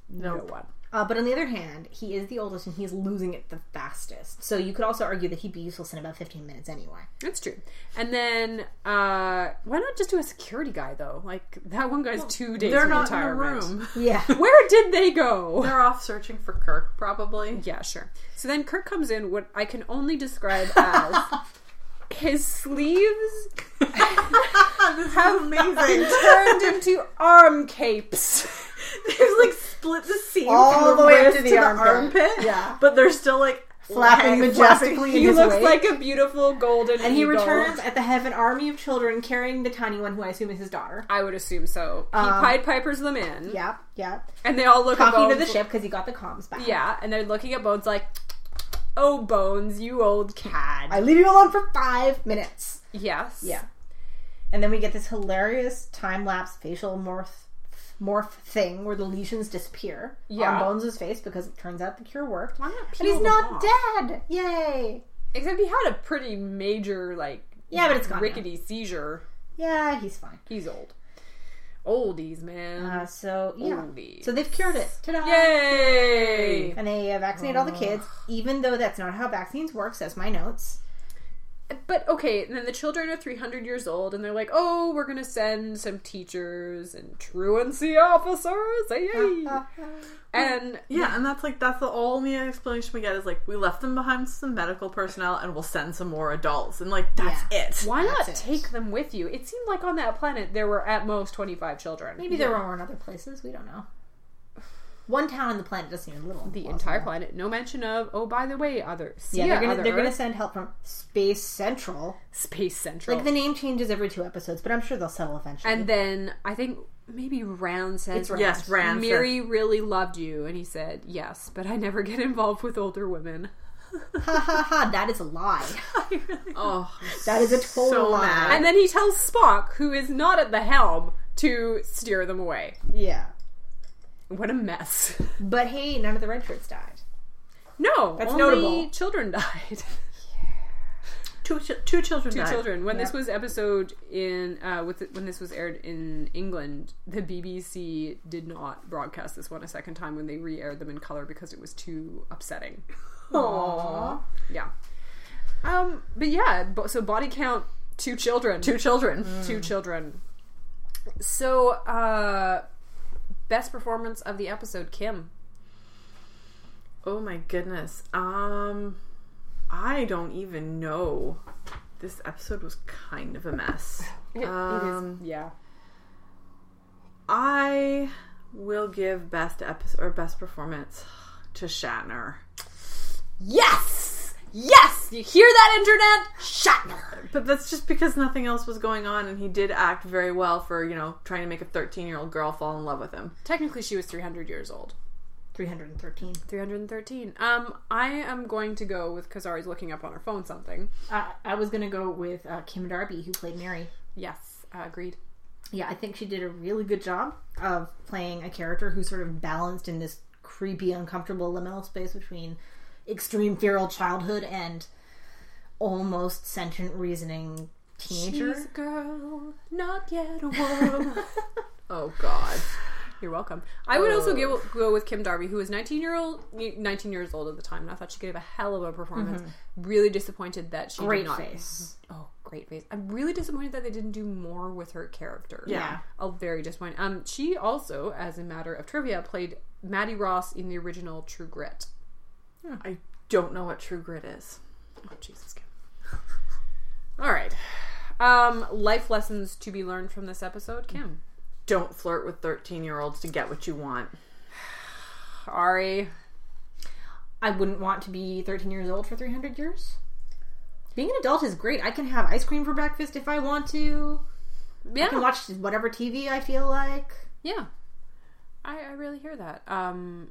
[SPEAKER 3] No, one.
[SPEAKER 4] Uh, but on the other hand, he is the oldest and he's losing it the fastest. So you could also argue that he'd be useless in about 15 minutes anyway.
[SPEAKER 3] That's true. And then uh why not just do a security guy though? Like that one guy's 2 days
[SPEAKER 5] They're
[SPEAKER 3] from
[SPEAKER 5] not in a
[SPEAKER 3] retirement.
[SPEAKER 5] room.
[SPEAKER 4] Yeah.
[SPEAKER 3] Where did they go?
[SPEAKER 5] They're off searching for Kirk, probably.
[SPEAKER 3] Yeah, sure. So then Kirk comes in what I can only describe as his sleeves
[SPEAKER 5] How amazing.
[SPEAKER 3] turned into arm capes.
[SPEAKER 5] They've like split the seam
[SPEAKER 4] All
[SPEAKER 5] from
[SPEAKER 4] the way up
[SPEAKER 5] wrist
[SPEAKER 4] to the armpit. Yeah.
[SPEAKER 5] But they're still like
[SPEAKER 4] Flapping
[SPEAKER 5] hang-
[SPEAKER 4] majestically
[SPEAKER 5] flapping.
[SPEAKER 4] in
[SPEAKER 3] He
[SPEAKER 4] his
[SPEAKER 3] looks
[SPEAKER 4] wake.
[SPEAKER 3] like a beautiful golden
[SPEAKER 4] And he
[SPEAKER 3] eagle.
[SPEAKER 4] returns at the head of an army of children carrying the tiny one, who I assume is his daughter.
[SPEAKER 3] I would assume so. He
[SPEAKER 4] Um,
[SPEAKER 3] Pied Pipers them in,
[SPEAKER 4] Yep, yep.
[SPEAKER 3] and they all look at
[SPEAKER 4] Talking
[SPEAKER 3] Bones.
[SPEAKER 4] to the ship because he got the comms back.
[SPEAKER 3] Yeah, and they're looking at Bones like, "Oh, Bones, you old cad."
[SPEAKER 4] I leave you alone for five minutes.
[SPEAKER 3] yes.
[SPEAKER 4] Yeah. And then we get this hilarious time lapse facial morph morph thing where the lesions disappear
[SPEAKER 3] Yeah.
[SPEAKER 4] on Bones' face because it turns out the cure worked.
[SPEAKER 3] Why not
[SPEAKER 4] And
[SPEAKER 3] peel
[SPEAKER 4] he's
[SPEAKER 3] them
[SPEAKER 4] not
[SPEAKER 3] off?
[SPEAKER 4] dead. Yay.
[SPEAKER 3] Except he had a pretty major like
[SPEAKER 4] Yeah, but it's gone now.
[SPEAKER 3] rickety seizure.
[SPEAKER 4] Yeah, he's fine.
[SPEAKER 3] He's old. Oldies, man.
[SPEAKER 4] Uh, so yeah.
[SPEAKER 3] Holy.
[SPEAKER 4] So they've cured it. Ta-da.
[SPEAKER 3] Yay!
[SPEAKER 4] And they uh, vaccinate all the kids, even though that's not how vaccines work, says my notes.
[SPEAKER 3] But okay, and then the children are 300 years old and they're like, oh, we're gonna send some teachers and truancy officers! Hey,
[SPEAKER 4] Uh,
[SPEAKER 3] hey.
[SPEAKER 4] mm.
[SPEAKER 3] and
[SPEAKER 5] Yeah, and that's like that's the only explanation we get is like we left them behind with some medical personnel and we'll send some more adults and like that's
[SPEAKER 4] Yeah.
[SPEAKER 5] it.
[SPEAKER 3] why
[SPEAKER 4] That's
[SPEAKER 3] not
[SPEAKER 4] it.
[SPEAKER 3] take them with you? It seemed like on that planet there were at most 25 children.
[SPEAKER 4] Maybe there were in other places. We don't know. One town on the planet doesn't even little.
[SPEAKER 3] The entire planet. No mention of, oh, by the way, other. See
[SPEAKER 4] Yeah,
[SPEAKER 3] ya,
[SPEAKER 4] they're gonna
[SPEAKER 3] other
[SPEAKER 4] they're gonna
[SPEAKER 3] Earth.
[SPEAKER 4] send help from Space Central.
[SPEAKER 3] Space Central.
[SPEAKER 4] Like the name changes every two episodes, but I'm sure they'll settle eventually.
[SPEAKER 3] and then I think maybe Rand says,
[SPEAKER 4] It's Rand.
[SPEAKER 5] Yes, Rand. says-
[SPEAKER 3] Mary really loved you. And he said, yes, but I never get involved with older women.
[SPEAKER 4] ha ha ha! That is a lie.
[SPEAKER 5] Oh,
[SPEAKER 4] That is a total
[SPEAKER 5] So
[SPEAKER 4] lie.
[SPEAKER 5] mad.
[SPEAKER 3] And then he tells Spock, who is not at the helm, to steer them away.
[SPEAKER 4] Yeah,
[SPEAKER 3] What a mess.
[SPEAKER 4] but hey, none of the red shirts died.
[SPEAKER 3] No,
[SPEAKER 4] That's
[SPEAKER 3] only
[SPEAKER 4] notable.
[SPEAKER 3] children died.
[SPEAKER 5] two chi- two children
[SPEAKER 3] Two
[SPEAKER 5] died.
[SPEAKER 3] children. When this
[SPEAKER 4] Yep.
[SPEAKER 3] was episode in uh, with when this was aired in England, the BBC did not broadcast this one a second time when they re-aired them in color because it was too upsetting.
[SPEAKER 4] Aww.
[SPEAKER 3] Yeah. Um. But yeah. bo- So body count: two children. Mm.
[SPEAKER 5] Two children.
[SPEAKER 3] two children. So, uh, best performance of the episode, Kim.
[SPEAKER 5] Oh my goodness. Um I don't even know. This episode was kind of a mess.
[SPEAKER 3] It,
[SPEAKER 5] Um,
[SPEAKER 3] it is, yeah.
[SPEAKER 5] I will give best episode or best performance to Shatner.
[SPEAKER 3] Yes, yes. You hear that, internet? Shatner.
[SPEAKER 5] But that's just because nothing else was going on and he did act very well for, you know, trying to make a 13-year-old girl fall in love with him.
[SPEAKER 3] Technically, she was three hundred years old.
[SPEAKER 4] 313.
[SPEAKER 3] Three hundred and thirteen. Um, I am going to go with Kazari's looking up on her phone something.
[SPEAKER 4] Uh, I was gonna go with uh, Kim Darby, who played Mary.
[SPEAKER 3] Yes, uh, agreed.
[SPEAKER 4] Yeah, I think she did a really good job of playing a character who's sort of balanced in this creepy, uncomfortable liminal space between extreme feral childhood and almost sentient reasoning teenager.
[SPEAKER 3] She's a girl, not yet a woman.
[SPEAKER 5] Oh god.
[SPEAKER 3] You're welcome. I would
[SPEAKER 4] Oh.
[SPEAKER 3] also give, go with Kim Darby, who was 19 year old, 19 years old at the time, and I thought she gave a hell of a performance. Really disappointed that she
[SPEAKER 4] Mm-hmm. Great
[SPEAKER 3] did not.
[SPEAKER 4] face.
[SPEAKER 3] Oh, great face! I'm really disappointed that they didn't do more with her character.
[SPEAKER 5] Yeah.
[SPEAKER 3] i very disappointed. Um, she also, as a matter of trivia, played Maddie Ross in the original True Grit.
[SPEAKER 5] I don't know what True Grit is.
[SPEAKER 3] Oh, Jesus, Kim. All right. Um, life lessons to be learned from this episode, Kim.
[SPEAKER 5] Don't flirt with 13 year olds to get what you want.
[SPEAKER 3] Ari,
[SPEAKER 4] I wouldn't want to be 13 years old for 300 years. Being an adult is great. I can have ice cream for breakfast if I want to. I can
[SPEAKER 3] yeah,
[SPEAKER 4] watch whatever TV I feel like.
[SPEAKER 3] yeah. I, I really hear that. Um,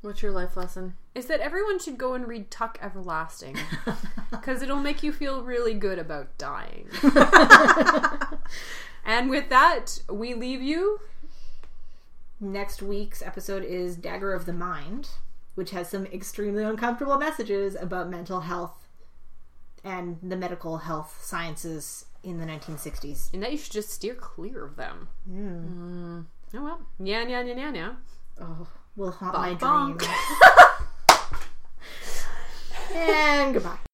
[SPEAKER 5] What's your life lesson?
[SPEAKER 3] is that everyone should go and read Tuck Everlasting because it'll make you feel really good about dying. and with that, we leave you.
[SPEAKER 4] Next week's episode is Dagger of the Mind, which has some extremely uncomfortable messages about mental health and the medical health sciences in the 1960s.
[SPEAKER 3] and that you should just steer clear of them. Mm. Oh well, yeah, yeah, yeah, yeah, yeah.
[SPEAKER 4] Oh, will haunt my
[SPEAKER 5] Bonk.
[SPEAKER 4] dreams. and goodbye.